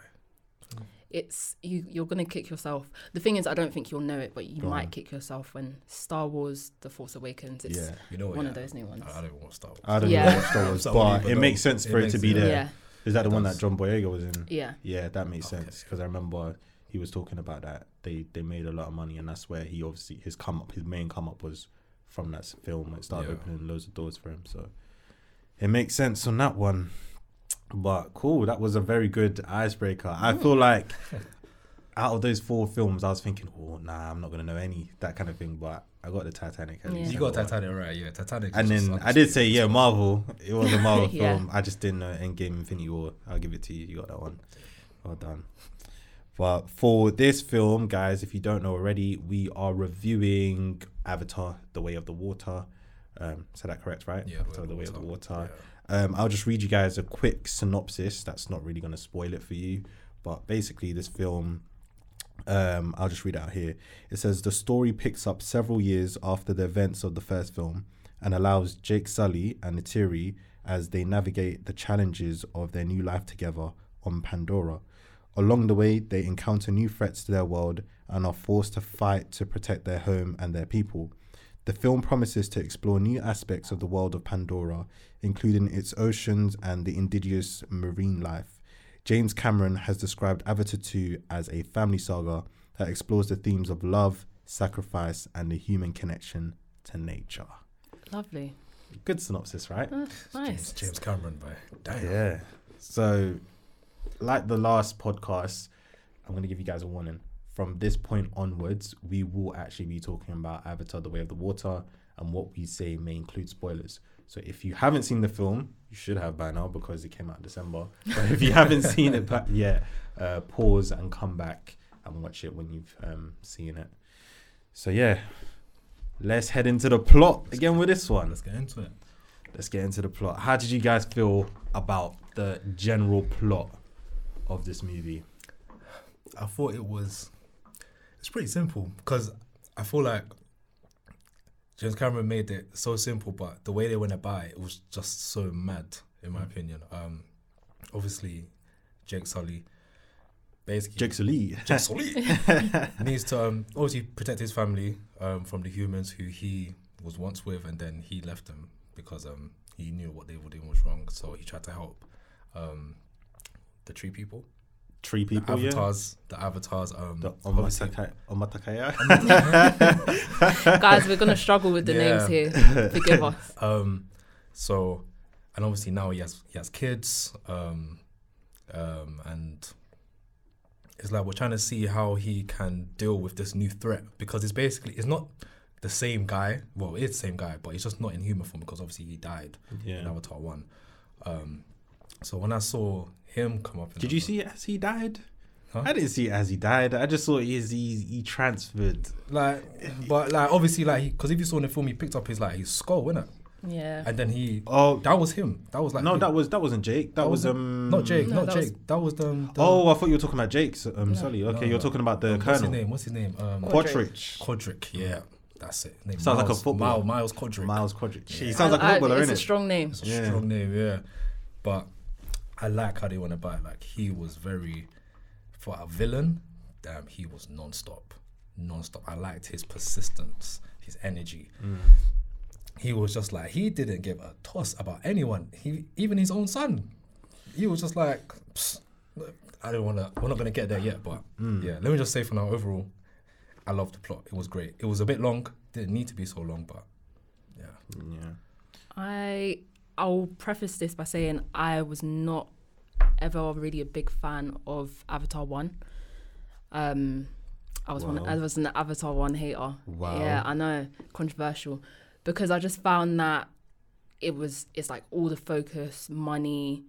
Speaker 3: It's you. You're gonna kick yourself. The thing is, I don't think you'll know it, but you
Speaker 1: Go
Speaker 3: might
Speaker 1: on.
Speaker 3: kick yourself when Star Wars: The Force Awakens. It's
Speaker 1: Yeah.
Speaker 2: You know what?
Speaker 3: one of
Speaker 2: Oh, yeah.
Speaker 3: those new ones.
Speaker 2: I, I don't want Star Wars.
Speaker 1: I don't know
Speaker 3: Yeah.
Speaker 1: what Star Wars,
Speaker 2: Somebody,
Speaker 1: but
Speaker 2: but
Speaker 1: it
Speaker 2: no,
Speaker 1: makes sense
Speaker 2: it
Speaker 1: for it
Speaker 2: makes
Speaker 1: to be
Speaker 2: sense.
Speaker 1: there.
Speaker 3: yeah.
Speaker 1: Is that the
Speaker 2: It
Speaker 1: one that
Speaker 2: does.
Speaker 1: John Boyega was in?
Speaker 3: Yeah.
Speaker 1: Yeah, that makes
Speaker 2: Okay.
Speaker 1: sense because I remember he was talking about that. They they made a lot of money, and that's where he obviously his come up, his main come up was from that s- film. It started
Speaker 2: Yeah.
Speaker 1: opening loads of doors for him, so it makes sense on that one. But cool, that was a very good icebreaker. I feel like out of those four films, I was thinking, oh nah, I'm not gonna know any that kind of thing. But I got the Titanic. At
Speaker 3: Yeah.
Speaker 1: least
Speaker 2: You
Speaker 1: I
Speaker 2: got
Speaker 1: one.
Speaker 2: Titanic right, yeah. Titanic. is
Speaker 1: And
Speaker 2: just
Speaker 1: then
Speaker 2: like-
Speaker 1: I did say, yeah, Marvel. It was a Marvel
Speaker 3: Yeah.
Speaker 1: film. I just didn't know Endgame Infinity War. I'll give it to you. You got that one. Well done. But for this film, guys, if you don't know already, we are reviewing Avatar: The Way of the Water. Um, said that correct, right?
Speaker 2: Yeah,
Speaker 1: Avatar: The Way of the Water. Um, I'll just read you guys a quick synopsis. That's not really going to spoil it for you, but basically, this film. Um, I'll just read it out here. It says the story picks up several years after the events of the first film and allows Jake Sully and Natiri as they navigate the challenges of their new life together on Pandora. Along the way, they encounter new threats to their world and are forced to fight to protect their home and their people. The film promises to explore new aspects of the world of Pandora, including its oceans and the indigenous marine life. James Cameron has described Avatar 2 as a family saga that explores the themes of love, sacrifice, and the human connection to nature.
Speaker 3: Lovely.
Speaker 1: Good synopsis, right?
Speaker 3: Uh,
Speaker 2: Oh, James,
Speaker 3: nice.
Speaker 2: James Cameron, by damn.
Speaker 1: Yeah. So, like the last podcast, I'm going to give you guys a warning. From this point onwards, we will actually be talking about Avatar The Way of the Water, and what we say may include spoilers. So, if you haven't seen the film, you should have by now because it came out in December. But if you haven't seen it back yeah, uh, pause and come back and watch it when you've um, seen it. So, yeah, let's head into the plot again with this one.
Speaker 2: Let's get into it.
Speaker 1: Let's get into the plot. How did you guys feel about the general plot of this movie?
Speaker 2: I thought it was it's pretty simple because I feel like James Cameron made it so simple, but the way they went about it was just so mad, in
Speaker 1: Mm.
Speaker 2: my opinion. Um, obviously, Jake Sully, basically
Speaker 1: Lee.
Speaker 2: Jake Sully needs to um, obviously protect his family um, from the humans who he was once with, and then he left them because um, he knew what they were doing was wrong. So he tried to help um, the tree people,
Speaker 1: Three people,
Speaker 2: the
Speaker 1: yeah.
Speaker 2: avatars, the avatars. Um,
Speaker 1: The
Speaker 2: obviously-
Speaker 1: Omataka- Omatakaya.
Speaker 3: Guys, we're gonna struggle with the
Speaker 2: Yeah.
Speaker 3: names here. Forgive us.
Speaker 2: Um, so, and obviously now he has he has kids, um, um, and it's like we're trying to see how he can deal with this new threat because it's basically it's not the same guy. Well, it's the same guy, but it's just not in human form because obviously he died in
Speaker 1: yeah.
Speaker 2: Avatar One. Um, so when I saw him come up, in
Speaker 1: Did you
Speaker 2: Avatar-
Speaker 1: see it as he died?
Speaker 2: Huh?
Speaker 1: I didn't see it as he died. I just saw it as he, he transferred.
Speaker 2: like, but like obviously like because if you saw in the film, he picked up his like his skull, innit?
Speaker 3: Yeah.
Speaker 2: And then he.
Speaker 1: Oh
Speaker 2: That was him. That was like
Speaker 1: no,
Speaker 2: him.
Speaker 1: that was that wasn't Jake. That,
Speaker 2: That
Speaker 1: was
Speaker 2: wasn't-
Speaker 1: um
Speaker 2: not Jake,
Speaker 3: No,
Speaker 2: not
Speaker 3: that was-
Speaker 2: Jake. That was um. the-
Speaker 1: Oh, I thought you were talking about Jake's um Sully. Okay,
Speaker 2: no,
Speaker 1: you're
Speaker 2: no.
Speaker 1: talking about the
Speaker 2: What's his
Speaker 1: Colonel.
Speaker 2: name? What's his name? Um,
Speaker 3: Quad-
Speaker 1: Quadrich.
Speaker 2: Quadrick. Yeah, that's it. Name
Speaker 1: Sounds like a
Speaker 2: Miles-
Speaker 1: footballer.
Speaker 2: Mile- Miles Quadrick.
Speaker 1: Miles Quadrich. He
Speaker 2: Yeah.
Speaker 1: sounds like
Speaker 3: I- I-
Speaker 1: a footballer,
Speaker 3: Uh, It's a
Speaker 1: innit?
Speaker 3: strong name.
Speaker 2: It's a
Speaker 1: Yeah.
Speaker 2: strong name. Yeah, but I like how they went about. it. Like he was very for a villain. Damn, he was non-stop, non-stop. I liked his persistence, his energy. he was just like he didn't give a toss about anyone. He even his own son. He was just like, "Psst, look, I don't want to. We're not gonna get there yet. But yeah, let me just say for now, overall, I loved the plot. It was great. It was a bit long. Didn't need to be so long, but yeah,
Speaker 1: Yeah.
Speaker 3: I I'll preface this by saying I was not ever really a big fan of Avatar One. Um, I was one.
Speaker 1: Wow.
Speaker 3: I was an Avatar One hater.
Speaker 1: Wow.
Speaker 3: Yeah, I know, controversial, because I just found that it was it's like all the focus, money,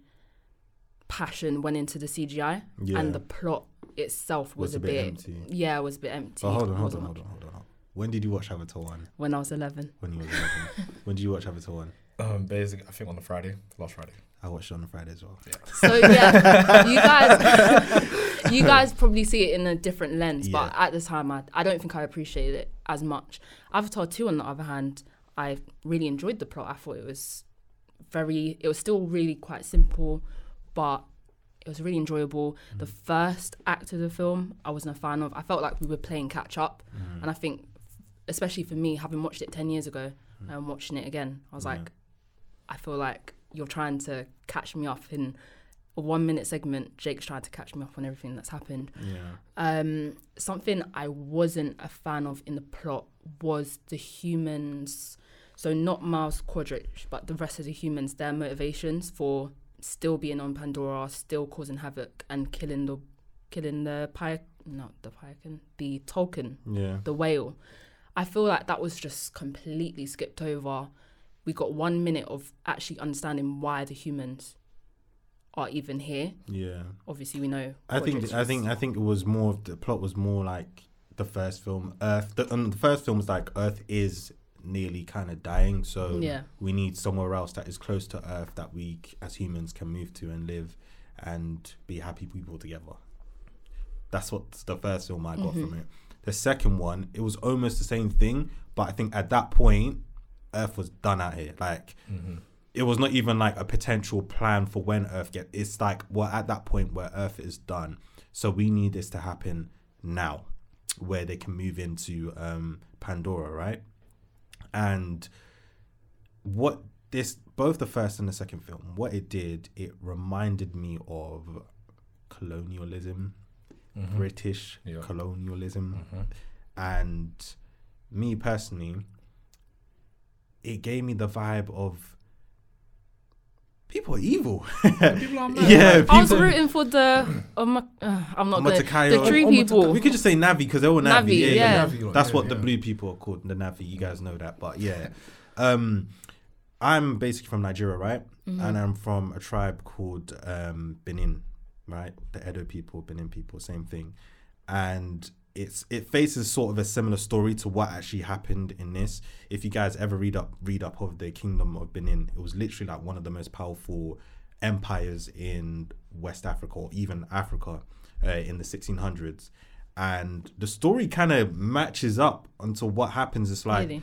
Speaker 3: passion went into the CGI,
Speaker 1: Yeah.
Speaker 3: and the plot itself was,
Speaker 1: Was a bit empty.
Speaker 3: Yeah, it was a bit empty.
Speaker 1: But hold on, hold on,
Speaker 3: Wasn't-
Speaker 1: hold on, hold on. hold on. When did you watch Avatar One?
Speaker 3: When I was eleven.
Speaker 1: When you was 11? when did you watch Avatar One?
Speaker 2: um, basically, I think on a Friday, last Friday.
Speaker 1: I watched it on a Friday as well.
Speaker 3: So yeah, you guys, you guys probably see it in a different lens, but at the time, I, I don't think I appreciated it as much. Avatar two, on the other hand, I really enjoyed the plot. I thought it was very, it was still really quite simple, but it was really enjoyable. The first act of the film, I wasn't a fan of. I felt like we were playing catch up,
Speaker 1: Mm.
Speaker 3: and I think, especially for me, having watched it ten years ago and watching it again, I was like, I feel like you're trying to catch me up in a one minute segment. Jake's trying to catch me up on everything that's happened.
Speaker 1: Yeah.
Speaker 3: Um, something I wasn't a fan of in the plot was the humans. So not Miles Quadrich, but the rest of the humans. Their motivations for still being on Pandora, still causing havoc and killing the killing the pie not the piekin the Tolkien
Speaker 1: Yeah.
Speaker 3: the whale. I feel like that was just completely skipped over. We got one minute of actually understanding why the humans are even here.
Speaker 1: Yeah.
Speaker 3: Obviously, we know.
Speaker 1: I think
Speaker 3: Quadrich
Speaker 1: I
Speaker 3: was-
Speaker 1: think I think it was more of the plot was more like the first film. Earth the, um, the first film's like Earth is nearly kind of dying, so
Speaker 3: Yeah.
Speaker 1: we need somewhere else that is close to Earth that we c- as humans can move to and live and be happy people together. That's what the first film I got
Speaker 3: Mm-hmm.
Speaker 1: from it. The second one, it was almost the same thing, but I think at that point, Earth was done out here. Like
Speaker 2: Mm-hmm.
Speaker 1: it was not even like a potential plan for when Earth get. It's like we're at that point where Earth is done, so we need this to happen now, where they can move into um, Pandora, right? And what this both the first and the second film, what it did, it reminded me of colonialism,
Speaker 2: Mm-hmm.
Speaker 1: British
Speaker 2: Yeah. Mm.
Speaker 1: colonialism,
Speaker 2: Mm-hmm.
Speaker 1: and me personally, it gave me the vibe of people are evil.
Speaker 2: People are mad.
Speaker 1: yeah,
Speaker 2: Like,
Speaker 1: people.
Speaker 3: I was rooting for the. Um, uh, I'm not going
Speaker 1: Omatakayo.
Speaker 3: The tree
Speaker 2: Omataka-
Speaker 3: people.
Speaker 1: we could just say Navi because they were Navi.
Speaker 3: Navi,
Speaker 1: yeah,
Speaker 3: yeah.
Speaker 2: Navi, like,
Speaker 1: that's
Speaker 2: yeah,
Speaker 1: what the
Speaker 2: yeah.
Speaker 1: blue people are called, the Navi. You guys know that, but yeah. Um, I'm basically from Nigeria, right? And I'm from a tribe called um, Benin, right? The Edo people, Benin people, same thing. And it's it faces sort of a similar story to what actually happened in this. If you guys ever read up read up of the Kingdom of Benin, it was literally like one of the most powerful empires in West Africa or even Africa uh, in the 1600s. And the story kind of matches up until what happens. It's like
Speaker 3: Really?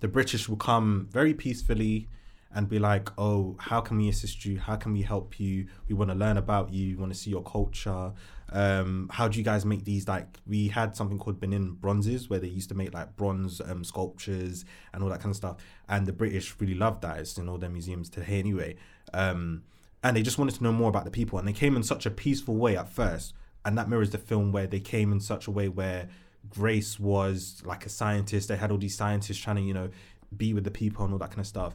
Speaker 1: the British will come very peacefully and be like, "Oh, how can we assist you? How can we help you? We want to learn about you. We want to see your culture. Um, how do you guys make these? Like, we had something called Benin bronzes, where they used to make like bronze um, sculptures and all that kind of stuff. And the British really loved that. It's in all their museums today, anyway. Um, and they just wanted to know more about the people. And they came in such a peaceful way at first, and that mirrors the film where they came in such a way where Grace was like a scientist. They had all these scientists trying to, you know, be with the people and all that kind of stuff.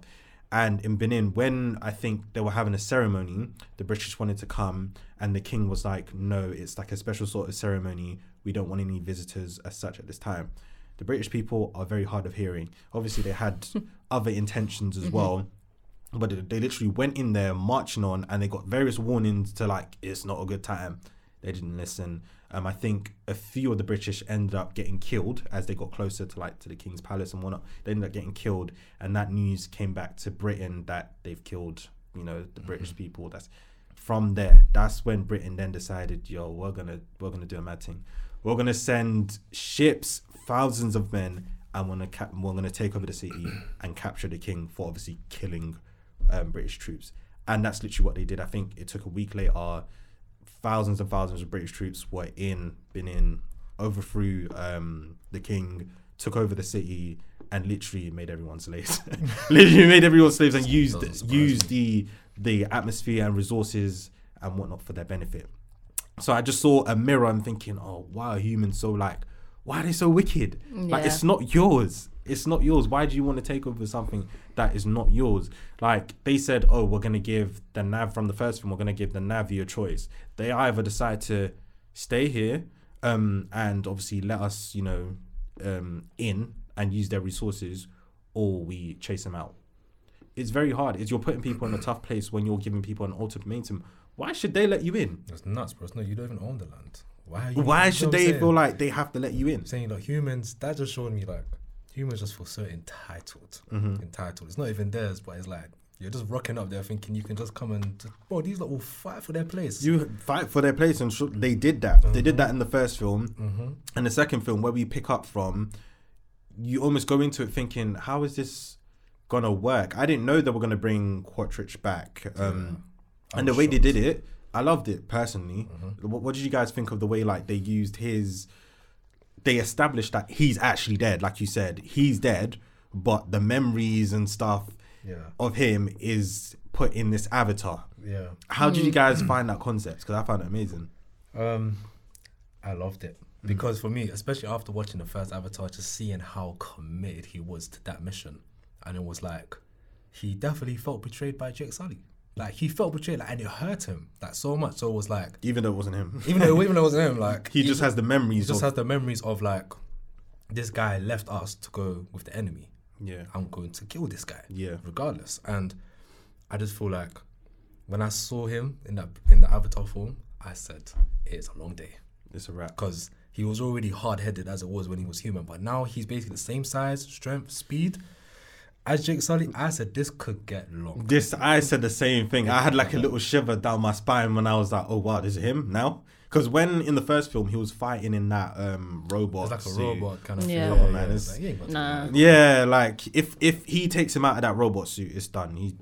Speaker 1: And in Benin, when I think they were having a ceremony, the British wanted to come, and the king was like, "No, it's like a special sort of ceremony. We don't want any visitors as such at this time." The British people are very hard of hearing. Obviously, they had other intentions as well but they- they literally went in there marching on and they got various warnings to like it's not a good time they didn't listen um i think a few of the british ended up getting killed as they got closer to like to the king's palace and whatnot they ended up getting killed and that news came back to britain that they've killed you know the british people that's from there that's when britain then decided yo we're gonna we're gonna do a mad thing we're gonna send ships thousands of men and we're gonna cap- we're gonna take over the city and capture the king for obviously killing um, British troops, and that's literally what they did. I think it took a week later. Thousands and thousands of British troops were in Benin, overthrew um, the king, took over the city, and literally made everyone slaves. literally made everyone slaves and used
Speaker 2: Doesn't surprise
Speaker 1: used the the atmosphere and resources and whatnot for their benefit. So I just saw a mirror and thinking, oh, why are humans so like, why are they so wicked? Like,
Speaker 3: Yeah.
Speaker 1: it's not yours. It's not yours. Why do you want to take over something that is not yours? Like, they said, oh, we're going to give the Nav from the first film, we're going to give the Navi a choice. They either decide to stay here um, and obviously let us, you know, um, in and use their resources, or we chase them out it's very hard. Is you're putting people in a tough place when you're giving people an ultimatum. Why should they let you in?
Speaker 2: It's nuts, bro. It's No, you don't even own the land. Why? Are you,
Speaker 1: Why
Speaker 2: you know
Speaker 1: should
Speaker 2: what I'm
Speaker 1: they
Speaker 2: saying?
Speaker 1: feel like they have to let you in?
Speaker 2: saying like humans? That just showed me like humans just feel so entitled.
Speaker 1: Mm-hmm.
Speaker 2: Entitled. It's not even theirs, but it's like you're just rocking up there thinking you can just come and just, bro. These lot will fight for their place.
Speaker 1: You fight for their place, and sh- they did that. They did that in the first film,
Speaker 2: Mm-hmm.
Speaker 1: and the second film, where we pick up from. You almost go into it thinking, "How is this gonna work?" I didn't know they were gonna bring Quatrich back, um,
Speaker 2: I
Speaker 1: and the
Speaker 2: was
Speaker 1: way
Speaker 2: shocked. Mm-hmm.
Speaker 1: they did it, I loved it personally. What, what did you guys think of the way like they used his? They established that he's actually dead, like you said, he's dead, but the memories and stuff
Speaker 2: Yeah.
Speaker 1: of him is put in this avatar.
Speaker 2: Yeah.
Speaker 1: How
Speaker 2: Mm.
Speaker 1: did you guys find that concept? Because I found it amazing.
Speaker 2: Um, I loved it
Speaker 1: Mm.
Speaker 2: because for me, especially after watching the first Avatar, just seeing how committed he was to that mission, and it was like he definitely felt betrayed by Jake Sully. Like he felt betrayed, like, and it hurt him like so much. So it was like,
Speaker 1: Even though it wasn't him,
Speaker 2: even though even though it was him, like
Speaker 1: he just has the memories.
Speaker 2: just
Speaker 1: of,
Speaker 2: has the memories of like this guy left us to go with the enemy.
Speaker 1: yeah,
Speaker 2: I'm going to kill this guy.
Speaker 1: Yeah.
Speaker 2: Regardless. And I just feel like when I saw him in that in the Avatar form, I said, It's a long day.
Speaker 1: it's a wrap.
Speaker 2: Because he was already hard headed as it was when he was human. But now he's basically the same size, strength, speed. As Jake Sully, I said this could get long.
Speaker 1: This I said the same thing. I had like a little shiver down my spine when I was like, "Oh wow, this is him now." Because when in the first film he was fighting in that um robot,
Speaker 2: It's like a
Speaker 1: suit.
Speaker 2: robot kind of
Speaker 3: Yeah.
Speaker 2: thing.
Speaker 3: Come
Speaker 1: on, man,
Speaker 2: It's
Speaker 1: it's-
Speaker 2: like, you ain't got to
Speaker 3: Nah.
Speaker 2: do that.
Speaker 1: Yeah, like if if he takes him out of that robot suit, it's done. He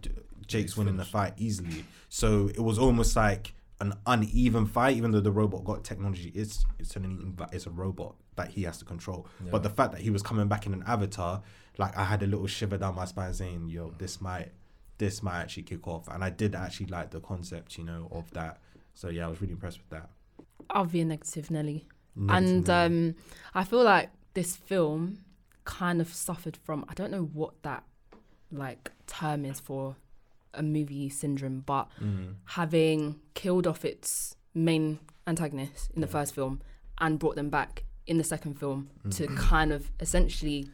Speaker 1: Jake's winning the fight easily. So it was almost like an uneven fight, even though the robot got technology. It's it's an uneven fight. It's a robot that he has to control. But the fact that he was coming back in an avatar, like I had a little shiver down my spine, saying, "Yo, this might this might actually kick off." And I did actually like the concept, you know, of that. So yeah, I was really impressed with that.
Speaker 3: I'll be a negative Nelly. and um, I feel like this film kind of suffered from I don't know what that like term is for a movie syndrome, but
Speaker 2: Mm-hmm.
Speaker 3: having killed off its main antagonist
Speaker 2: Mm.
Speaker 3: in the first film and brought them back in the second film
Speaker 2: Mm.
Speaker 3: to kind of essentially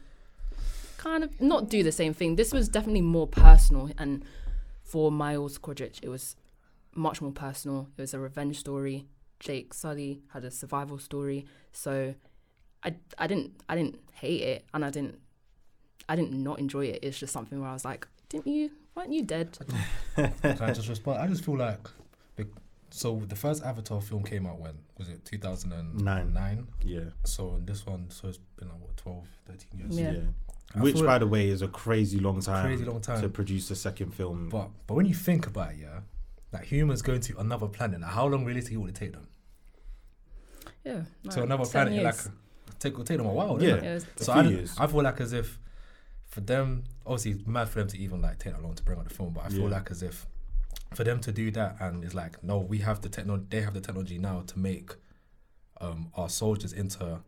Speaker 3: kind of not do the same thing. This was definitely more personal and for Miles Kodrich it was much more personal. It was a revenge story. Jake Sully had a survival story. So I I didn't I didn't hate it and I didn't I didn't not enjoy it. It's just something where I was like, didn't you weren't you dead?
Speaker 2: Can I just respond? I just feel like be- so the first Avatar film came out when was it 2009?
Speaker 1: Yeah,
Speaker 2: So this one, so it's been like what 12, 13 years.
Speaker 3: Yeah.
Speaker 1: yeah.
Speaker 2: I
Speaker 1: Which,
Speaker 2: thought-
Speaker 1: by the way, is a crazy long time.
Speaker 2: Crazy long time.
Speaker 1: to produce a second film.
Speaker 2: But but when you think about it, yeah, like humans going to another planet, like how long realistically would it take them?
Speaker 3: Yeah.
Speaker 2: So to another planet, like take will take them a while.
Speaker 1: Yeah.
Speaker 2: Yeah.
Speaker 3: yeah, it was-
Speaker 2: So
Speaker 1: few
Speaker 2: I,
Speaker 1: years.
Speaker 2: I feel like as if for them, obviously it's mad for them to even like take that long to bring out the film, but I feel
Speaker 1: Yeah.
Speaker 2: like as if for them to do that and it's like no, we have the technology, they have the technology now to make um our soldiers into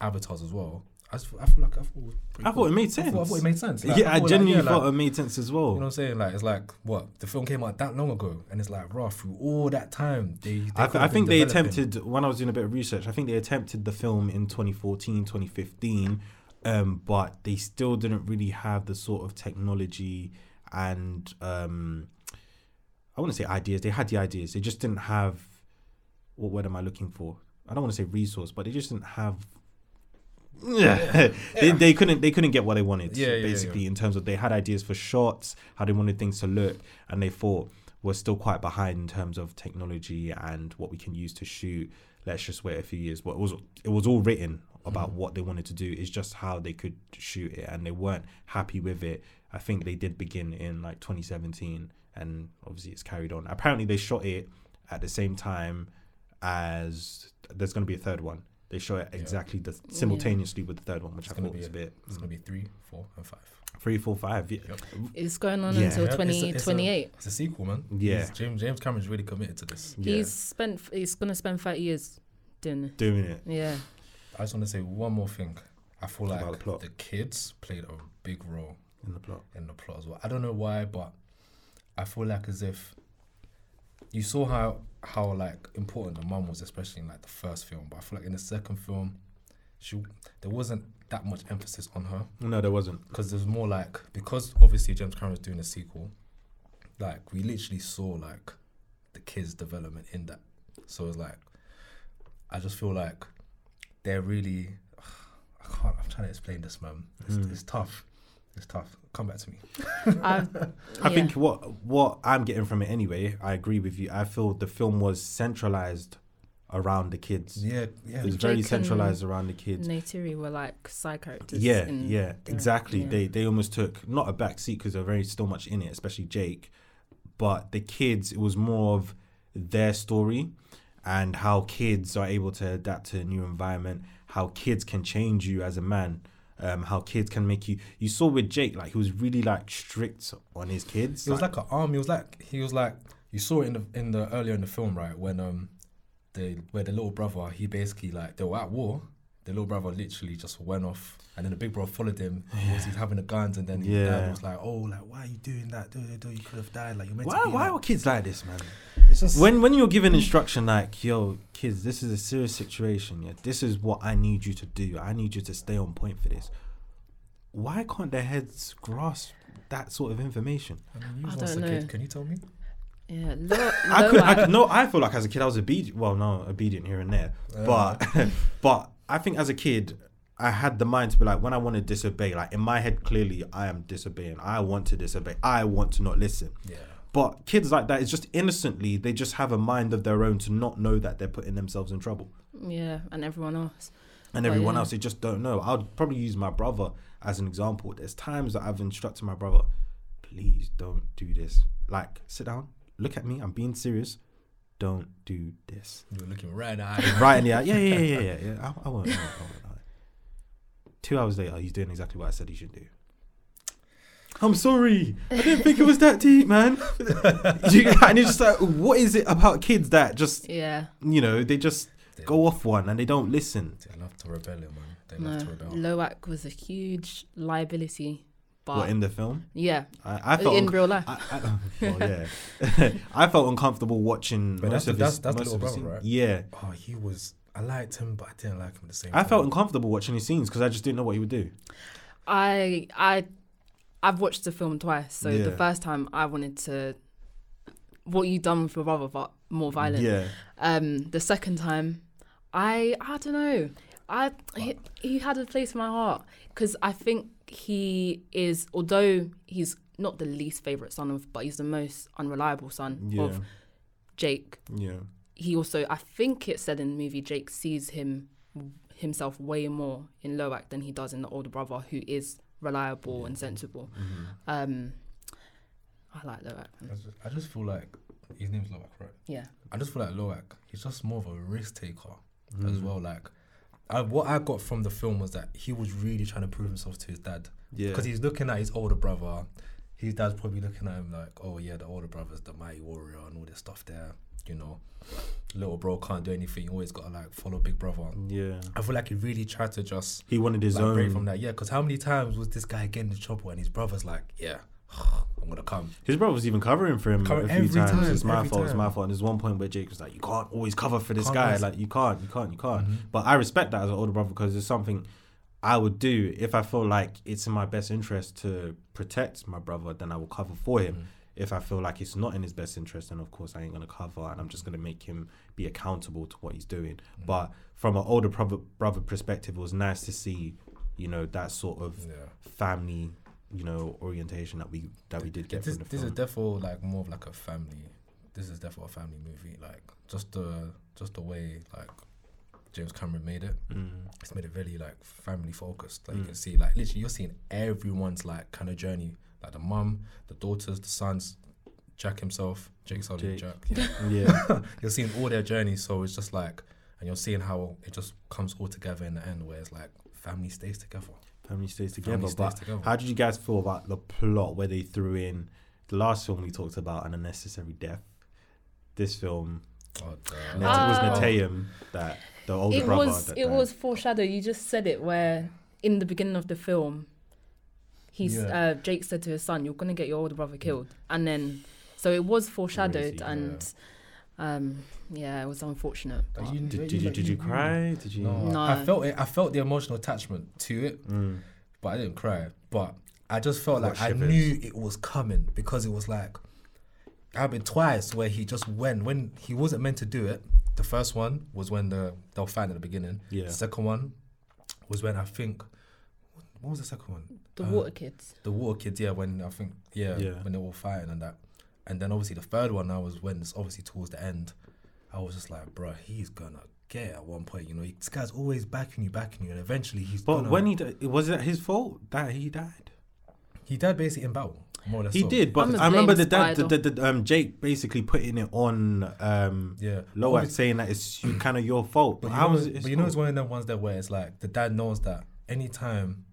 Speaker 2: avatars as well. I, just, I feel like I thought it was pretty
Speaker 1: I
Speaker 2: cool.
Speaker 1: thought it made
Speaker 2: I
Speaker 1: sense.
Speaker 2: thought, I thought it made sense. Like,
Speaker 1: yeah, I
Speaker 2: thought, like,
Speaker 1: genuinely
Speaker 2: yeah, like,
Speaker 1: thought it made sense as well.
Speaker 2: You know what I'm saying? Like it's like what the film came out that long ago, and it's like raw through all that time. They, they
Speaker 1: I,
Speaker 2: could've
Speaker 1: th- I
Speaker 2: been
Speaker 1: think they
Speaker 2: developing.
Speaker 1: attempted when I was doing a bit of research. I think they attempted the film in 2014, 2015, um, but they still didn't really have the sort of technology and um, I want to say ideas. They had the ideas. They just didn't have what word am I looking for? I don't want to say resource, but they just didn't have. they, they couldn't they couldn't get what they wanted
Speaker 2: Yeah, yeah, yeah,
Speaker 1: basically
Speaker 2: yeah.
Speaker 1: in terms of they had ideas for shots how they wanted things to look and they thought we're still quite behind in terms of technology and what we can use to shoot let's just wait a few years but it was it was all written about
Speaker 2: Mm-hmm.
Speaker 1: what they wanted to do it's just how they could shoot it and they weren't happy with it i think they did begin in like 2017 and obviously it's carried on apparently they shot it at the same time as there's going to be a third one. They They show it exactly the, simultaneously with the third one, which I
Speaker 2: gonna
Speaker 1: thought
Speaker 2: be
Speaker 1: was a
Speaker 2: a-
Speaker 1: bit
Speaker 2: It's gonna be three, four, and five.
Speaker 1: three, four, five. Yeah.
Speaker 2: Yep.
Speaker 3: It's going on
Speaker 1: Yeah.
Speaker 3: until
Speaker 2: Yeah, it's a- it's a-
Speaker 3: 2028.
Speaker 2: It's a sequel, man.
Speaker 1: Yeah.
Speaker 2: He's- James James Cameron's really committed to this.
Speaker 1: Yeah.
Speaker 3: He's spent. He's gonna spend 30 years doing. it.
Speaker 1: Doing it.
Speaker 3: Yeah.
Speaker 2: I just want to say one more thing. I feel
Speaker 1: About
Speaker 2: like
Speaker 1: the plot.
Speaker 2: kids played a big role
Speaker 1: in the plot.
Speaker 2: in the plot as well. I don't know why, but I feel like as if you saw how how like important the mum was, especially in like the first film. But I feel like in the second film, she there wasn't that much emphasis on her
Speaker 1: No, there wasn't.
Speaker 2: because there's more like because obviously James Cameron's doing a sequel, like we literally saw like the kids' development in that. So it's like I just feel like they're really I can't I'm trying to explain this man. It's, it's tough. It's tough. Come back to me.
Speaker 3: I,
Speaker 1: I
Speaker 3: yeah.
Speaker 1: think what what I'm getting from it anyway, I agree with you. I feel the film was centralized around the kids.
Speaker 2: Yeah, yeah.
Speaker 1: It was very
Speaker 3: Jake and
Speaker 1: centralized around the kids.
Speaker 3: Neytiri were like side characters.
Speaker 1: Yeah,
Speaker 3: in
Speaker 1: yeah,
Speaker 3: the-
Speaker 1: exactly.
Speaker 3: yeah.
Speaker 1: They they almost took not a back seat because they're very still much in it, especially Jake, but the kids. It was more of their story and how kids are able to adapt to a new environment, how kids can change you as a man, um, how kids can make you. You saw with Jake, like he was really like strict on his kids.
Speaker 2: It was like an arm. It was like he was like you saw it in the in the earlier in the film, right? When um the where the little brother he basically like they were at war. The little brother literally just went off, and then the big brother followed him. because He's having the guns, and then his
Speaker 1: Yeah.
Speaker 2: dad was like, "Oh, like why are you doing that? Do, do, do, you could have died. Like you meant
Speaker 1: why
Speaker 2: to be."
Speaker 1: why
Speaker 2: like-"
Speaker 1: are kids like this, man?
Speaker 2: It's just
Speaker 1: when when you're given instruction like yo kids this is a serious situation yeah this is what i need you to do i need you to stay on point for this why can't their heads grasp that sort of information
Speaker 2: I mean, you
Speaker 3: I
Speaker 2: was
Speaker 3: don't
Speaker 2: a
Speaker 3: know.
Speaker 2: kid. Can you tell me?
Speaker 3: Yeah. Lo-
Speaker 1: i could i
Speaker 3: Loa-
Speaker 1: could no i feel like as a kid i was obedient well no obedient here and there but but i think as a kid i had the mind to be like when i want to disobey like in my head clearly i am disobeying i want to disobey i want to not listen
Speaker 2: Yeah.
Speaker 1: But kids like that, it's just innocently, they just have a mind of their own to not know that they're putting themselves in trouble.
Speaker 3: Yeah, and everyone else.
Speaker 1: And
Speaker 3: But
Speaker 1: everyone
Speaker 3: yeah.
Speaker 1: else, they just don't know. I would probably use my brother as an example. There's times that I've instructed my brother, please don't do this. Like, sit down, look at me, I'm being serious. Don't do this.
Speaker 2: You were looking right at. him.
Speaker 1: Right in the eye. Yeah, yeah, yeah, yeah, yeah. yeah. I, I won't. I won't, I won't, I won't. Two hours later, he's doing exactly what I said he should do. I'm sorry. I didn't think it was that deep, man. You- and it's just like, what is it about kids that just,
Speaker 3: Yeah.
Speaker 1: you know, they just
Speaker 2: They-
Speaker 1: go off one and they don't listen?
Speaker 2: They love to rebel, man. They
Speaker 3: No.
Speaker 2: love to rebel.
Speaker 3: Loak was a huge liability, but
Speaker 1: What, in the film?
Speaker 3: yeah,
Speaker 1: I, I felt
Speaker 3: in
Speaker 1: unco-
Speaker 3: real life.
Speaker 1: I, I, well, yeah, I felt uncomfortable watching. most
Speaker 2: But that's the-
Speaker 1: of
Speaker 2: that's-
Speaker 1: his,
Speaker 2: that's the
Speaker 1: most of
Speaker 2: little
Speaker 1: his
Speaker 2: brother,
Speaker 1: scenes.
Speaker 2: right?
Speaker 1: Yeah,
Speaker 2: Oh, he was. I liked him, but I didn't like him at the same.
Speaker 1: I
Speaker 2: time.
Speaker 1: felt uncomfortable watching his scenes because I just didn't know what he would do.
Speaker 3: I I I've watched the film twice. So the
Speaker 1: Yeah.
Speaker 3: first time I wanted to what you done with your brother but more violent.
Speaker 1: Yeah,
Speaker 3: Um the second time I I don't know. I he, he had a place in my heart cuz I think he is although he's not the least favorite son of but he's the most unreliable son
Speaker 1: yeah,
Speaker 3: Mm. of Jake.
Speaker 1: yeah.
Speaker 3: He also I think it said in the movie Jake sees him himself way more in Loak than he does in the older brother who is reliable and sensible.
Speaker 1: Mm-hmm.
Speaker 3: Um, I like Loak.
Speaker 2: I just, I just feel like his name's Loak, right?
Speaker 3: Yeah.
Speaker 2: I just feel like Loak, he's just more of a risk taker as
Speaker 1: Mm.
Speaker 2: well. Like, I, what I got from the film was that he was really trying to prove himself to his dad.
Speaker 1: Yeah.
Speaker 2: Because he's looking at his older brother. His dad's probably looking at him like, oh, yeah, the older brother's the mighty warrior and all this stuff there. You know, little bro can't do anything. You always got to, like, follow big brother.
Speaker 1: Yeah,
Speaker 2: I feel like he really tried to just
Speaker 1: he wanted his
Speaker 2: like, break
Speaker 1: own.
Speaker 2: from that. Yeah, because how many times was this guy getting in trouble and his brother's like, yeah, I'm going to come.
Speaker 1: His brother was even covering for him
Speaker 2: Cover-
Speaker 1: a few
Speaker 2: every
Speaker 1: times.
Speaker 2: time,
Speaker 1: it's my
Speaker 2: every
Speaker 1: fault. It's my
Speaker 2: time.
Speaker 1: fault. And there's one point where Jake was like, "You can't always cover for this
Speaker 2: Can't
Speaker 1: guy.
Speaker 2: always- Mm-hmm.
Speaker 1: Like you can't, you can't, you can't." But I respect that as an older brother because it's something I would do if I feel like it's in my best interest to protect my brother. Then I will cover for him.
Speaker 2: Mm-hmm.
Speaker 1: If I feel like it's not in his best interest, then of course I ain't gonna cover, and I'm just gonna make him be accountable to what he's doing.
Speaker 2: Mm-hmm.
Speaker 1: But from an older brother, brother perspective, it was nice to see, you know, that sort of
Speaker 2: Yeah.
Speaker 1: family, you know, orientation that we that we did get
Speaker 2: this,
Speaker 1: from the
Speaker 2: this
Speaker 1: film.
Speaker 2: is definitely like more of like a family. This is definitely a family movie. Like just the just the way like James Cameron made it. It's made it really like family focused. Like you
Speaker 1: Mm.
Speaker 2: can see like literally you're seeing everyone's like kind of journey. Like the mum, the daughters, the sons, Jack himself, Jake Sully,
Speaker 1: Jake.
Speaker 2: Jack. Yeah.
Speaker 1: Mm. yeah.
Speaker 2: you're seeing all their journeys. So it's just like. and and you're seeing how it just comes all together in the end, where it's like family stays together.
Speaker 1: Family stays together.
Speaker 2: Family stays
Speaker 1: but
Speaker 2: together.
Speaker 1: how did you guys feel about the plot where they threw in the last film we talked about, an unnecessary death? This film,
Speaker 2: Oh, duh.
Speaker 1: Nat- it was Natayim that the older
Speaker 3: Uh, it
Speaker 1: brother.
Speaker 3: was
Speaker 1: that
Speaker 3: it
Speaker 1: died.
Speaker 3: was foreshadowed. You just said it where in the beginning of the film, he's
Speaker 2: Yeah.
Speaker 3: uh, Jake said to his son, "You're gonna get your older brother killed," and then so it was foreshadowed,
Speaker 1: Crazy,
Speaker 3: and um, yeah, it was unfortunate.
Speaker 2: Like,
Speaker 3: but-
Speaker 2: you-
Speaker 1: Did, did you did you cry? Did you?
Speaker 2: No,
Speaker 3: No.
Speaker 2: I felt it. I felt the emotional attachment to it,
Speaker 1: Mm.
Speaker 2: but I didn't cry. But I just felt
Speaker 1: Got
Speaker 2: like I
Speaker 1: shivers.
Speaker 2: knew it was coming because it was like happened twice where he just went when he wasn't meant to do it. The first one was when the they were fighting at the beginning.
Speaker 1: Yeah.
Speaker 2: The second one was when I think what- what was the second one?
Speaker 3: the
Speaker 2: Uh,
Speaker 3: water kids.
Speaker 2: The water kids. Yeah, when I think yeah,
Speaker 1: Yeah.
Speaker 2: when they were fighting and that, and then obviously the third one I was when it's obviously towards the end. I was just like, bruh, he's gonna get it at one point. You know, this guy's always backing you, backing you, and eventually he's.
Speaker 1: But
Speaker 2: gonna,
Speaker 1: when he di- was it his fault that he died?
Speaker 2: He died basically in battle, more or less.
Speaker 1: He
Speaker 2: so.
Speaker 1: did,
Speaker 3: I'm
Speaker 1: but
Speaker 3: a
Speaker 1: I remember the
Speaker 3: blame
Speaker 1: dad, the,
Speaker 3: spider.
Speaker 1: the, the, um, Jake basically putting it on um,
Speaker 2: Yeah.
Speaker 1: Loak,
Speaker 2: Obvi-
Speaker 1: saying that it's kind of your fault. But
Speaker 2: But you,
Speaker 1: how
Speaker 2: know,
Speaker 1: was it? his
Speaker 2: but you know, it's
Speaker 1: fault?
Speaker 2: one of them ones that where it's like the dad knows that anytime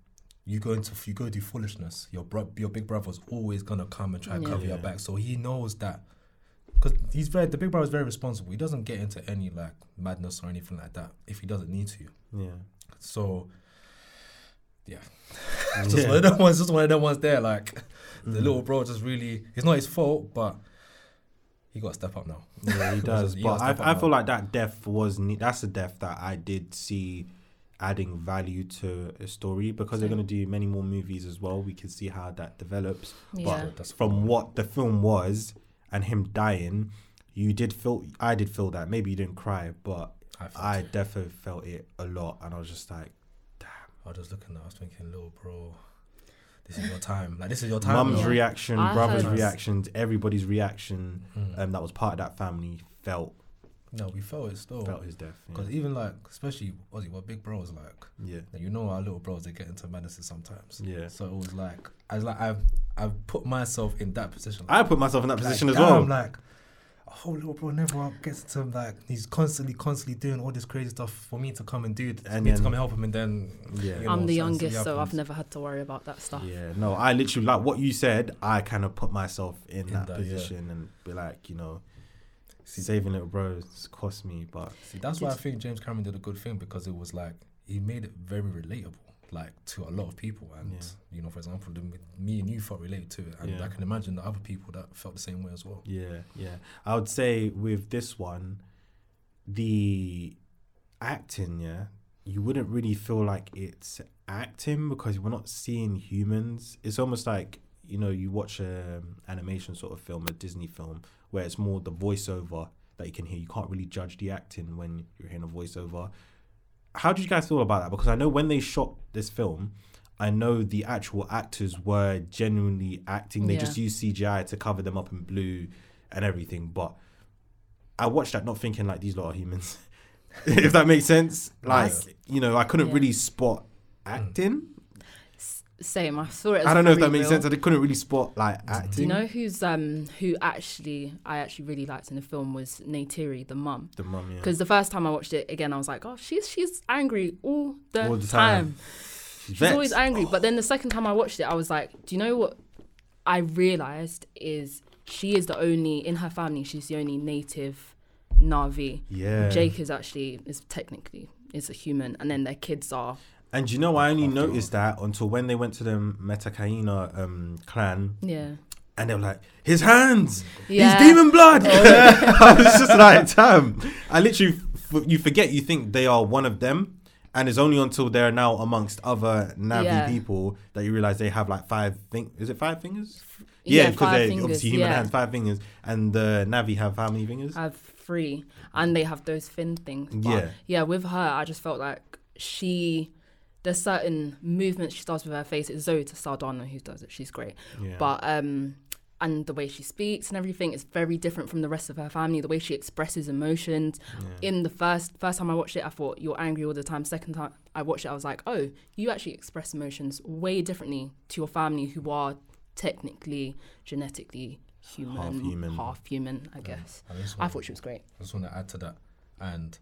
Speaker 2: you go into you go do foolishness, your bro, your big brother's always gonna come and try to
Speaker 3: Yeah.
Speaker 2: cover your
Speaker 1: Yeah.
Speaker 2: back. So he knows that because he's very the big brother's very responsible. He doesn't get into any like madness or anything like that if he doesn't need to.
Speaker 1: yeah.
Speaker 2: So yeah,
Speaker 1: yeah. Mm.
Speaker 2: just one of them ones. Just one of them ones there. Like the little bro just really. It's not his fault, but he got to step up now.
Speaker 1: Yeah, he does.
Speaker 2: He
Speaker 1: but
Speaker 2: has to
Speaker 1: I, I
Speaker 2: find
Speaker 1: feel like that death was ne- that's a death that I did see adding value to a story because they're
Speaker 3: Same.
Speaker 1: going to do many more movies as well. We can see how that develops.
Speaker 3: Yeah.
Speaker 1: But from what the film was and him dying, you did feel I did feel that. Maybe you didn't cry, but
Speaker 2: I felt
Speaker 1: I definitely felt it a lot, and I was just like.
Speaker 2: I was just looking at. I was thinking, little bro, this is your time. Like this is your time.
Speaker 1: mum's
Speaker 2: bro."
Speaker 3: Yeah.
Speaker 1: reaction,
Speaker 3: I
Speaker 1: brother's
Speaker 2: heard-
Speaker 1: reactions, everybody's reaction
Speaker 2: Mm.
Speaker 1: um, that was part of that family felt
Speaker 2: no, we felt it still.
Speaker 1: felt his death.
Speaker 2: Because
Speaker 1: Yeah.
Speaker 2: even like, especially Ozzy, what big bro was like.
Speaker 1: yeah,
Speaker 2: You know, our little bros they get into madnesses sometimes.
Speaker 1: yeah.
Speaker 2: So it was like, I was like, I've I've put myself in that position.
Speaker 1: I put myself in that position
Speaker 2: like,
Speaker 1: as well.
Speaker 2: damn, like, oh, little bro never gets to him. Like, he's constantly, constantly doing all this crazy stuff for me to come and do, for
Speaker 1: And
Speaker 2: me
Speaker 1: then-
Speaker 2: to come and help him, and then
Speaker 1: Yeah.
Speaker 2: you
Speaker 3: I'm
Speaker 2: know,
Speaker 3: the
Speaker 2: so-
Speaker 3: youngest,
Speaker 2: yeah,
Speaker 3: so I've
Speaker 2: happens.
Speaker 3: never had to worry about that stuff.
Speaker 1: yeah, no, I literally like what you said. I kind of put myself in,
Speaker 2: In
Speaker 1: that,
Speaker 2: that, yeah.
Speaker 1: position and be like, you know,
Speaker 2: See-
Speaker 1: saving little bros cost me, but
Speaker 2: See, that's why I think James Cameron did a good thing because it was like he made it very relatable, like to a lot of people. And
Speaker 1: Yeah.
Speaker 2: you know, for example, the, me and you felt related to it, and
Speaker 1: Yeah.
Speaker 2: I can imagine the other people that felt the same way as well.
Speaker 1: Yeah, yeah. I would say with this one, the acting, yeah, you wouldn't really feel like it's acting because we're not seeing humans. It's almost like you know you watch a um, animation sort of film, a Disney film, where it's more the voiceover that you can hear. You can't really judge the acting when you're hearing a voiceover. How did you guys feel about that? Because I know when they shot this film, I know the actual actors were genuinely acting. They
Speaker 3: Yeah.
Speaker 1: just used CGI to cover them up in blue and everything. But I watched that not thinking like these lot are humans, if that makes sense. Like
Speaker 2: That's-
Speaker 1: you know, I couldn't
Speaker 3: Yeah.
Speaker 1: really spot acting.
Speaker 3: Same. I saw it. As
Speaker 1: I don't know if that
Speaker 3: very
Speaker 1: makes
Speaker 3: real.
Speaker 1: sense. Hmm? I couldn't really spot like acting.
Speaker 3: Do you know who's um who actually I actually really liked in the film was Neytiri, the mum.
Speaker 1: the mum? Yeah,
Speaker 3: Because the first time I watched it again, I was like, oh, she's she's angry all the,
Speaker 1: All the time.
Speaker 3: time.
Speaker 1: she's
Speaker 3: She's always angry. But then the second time I watched it, I was like, do you know what I realized is she is the only in her family. She's the only native Navi.
Speaker 1: Yeah.
Speaker 3: Jake is actually is technically is a human, and then their kids are.
Speaker 1: And you know, I only
Speaker 2: After all.
Speaker 1: noticed that until when they went to the Metakaina um, clan,
Speaker 3: Yeah.
Speaker 1: and they were like, "His hands,
Speaker 3: Yeah. Oh.
Speaker 1: his demon blood." I was just like, "Damn!" I literally, f- you forget you think they are one of them, and it's only until they're now amongst other Navi
Speaker 3: Yeah.
Speaker 1: people that you realize they have like five thing. Is it five fingers?
Speaker 3: Yeah,
Speaker 1: Yeah, because
Speaker 3: five
Speaker 1: they
Speaker 3: fingers,
Speaker 1: obviously human
Speaker 3: yeah.
Speaker 1: hands, five fingers, and the Navi have how many fingers?
Speaker 3: I have three, and they have those fin things. But
Speaker 1: Yeah.
Speaker 3: yeah, With her, I just felt like she. There's certain movements she does with her face. It's Zoe to Saldana who does it. She's great,
Speaker 1: Yeah.
Speaker 3: but um, and the way she speaks and everything is very different from the rest of her family. The way she expresses emotions. In the first first time I watched it, I thought you're angry all the time. Second time I watched it, I was like, oh, you actually express emotions way differently to your family who are technically genetically human,
Speaker 1: Half human.
Speaker 3: half human, I guess.
Speaker 2: And I just
Speaker 3: I
Speaker 2: want-
Speaker 3: thought she was great.
Speaker 2: I just want to add to that, and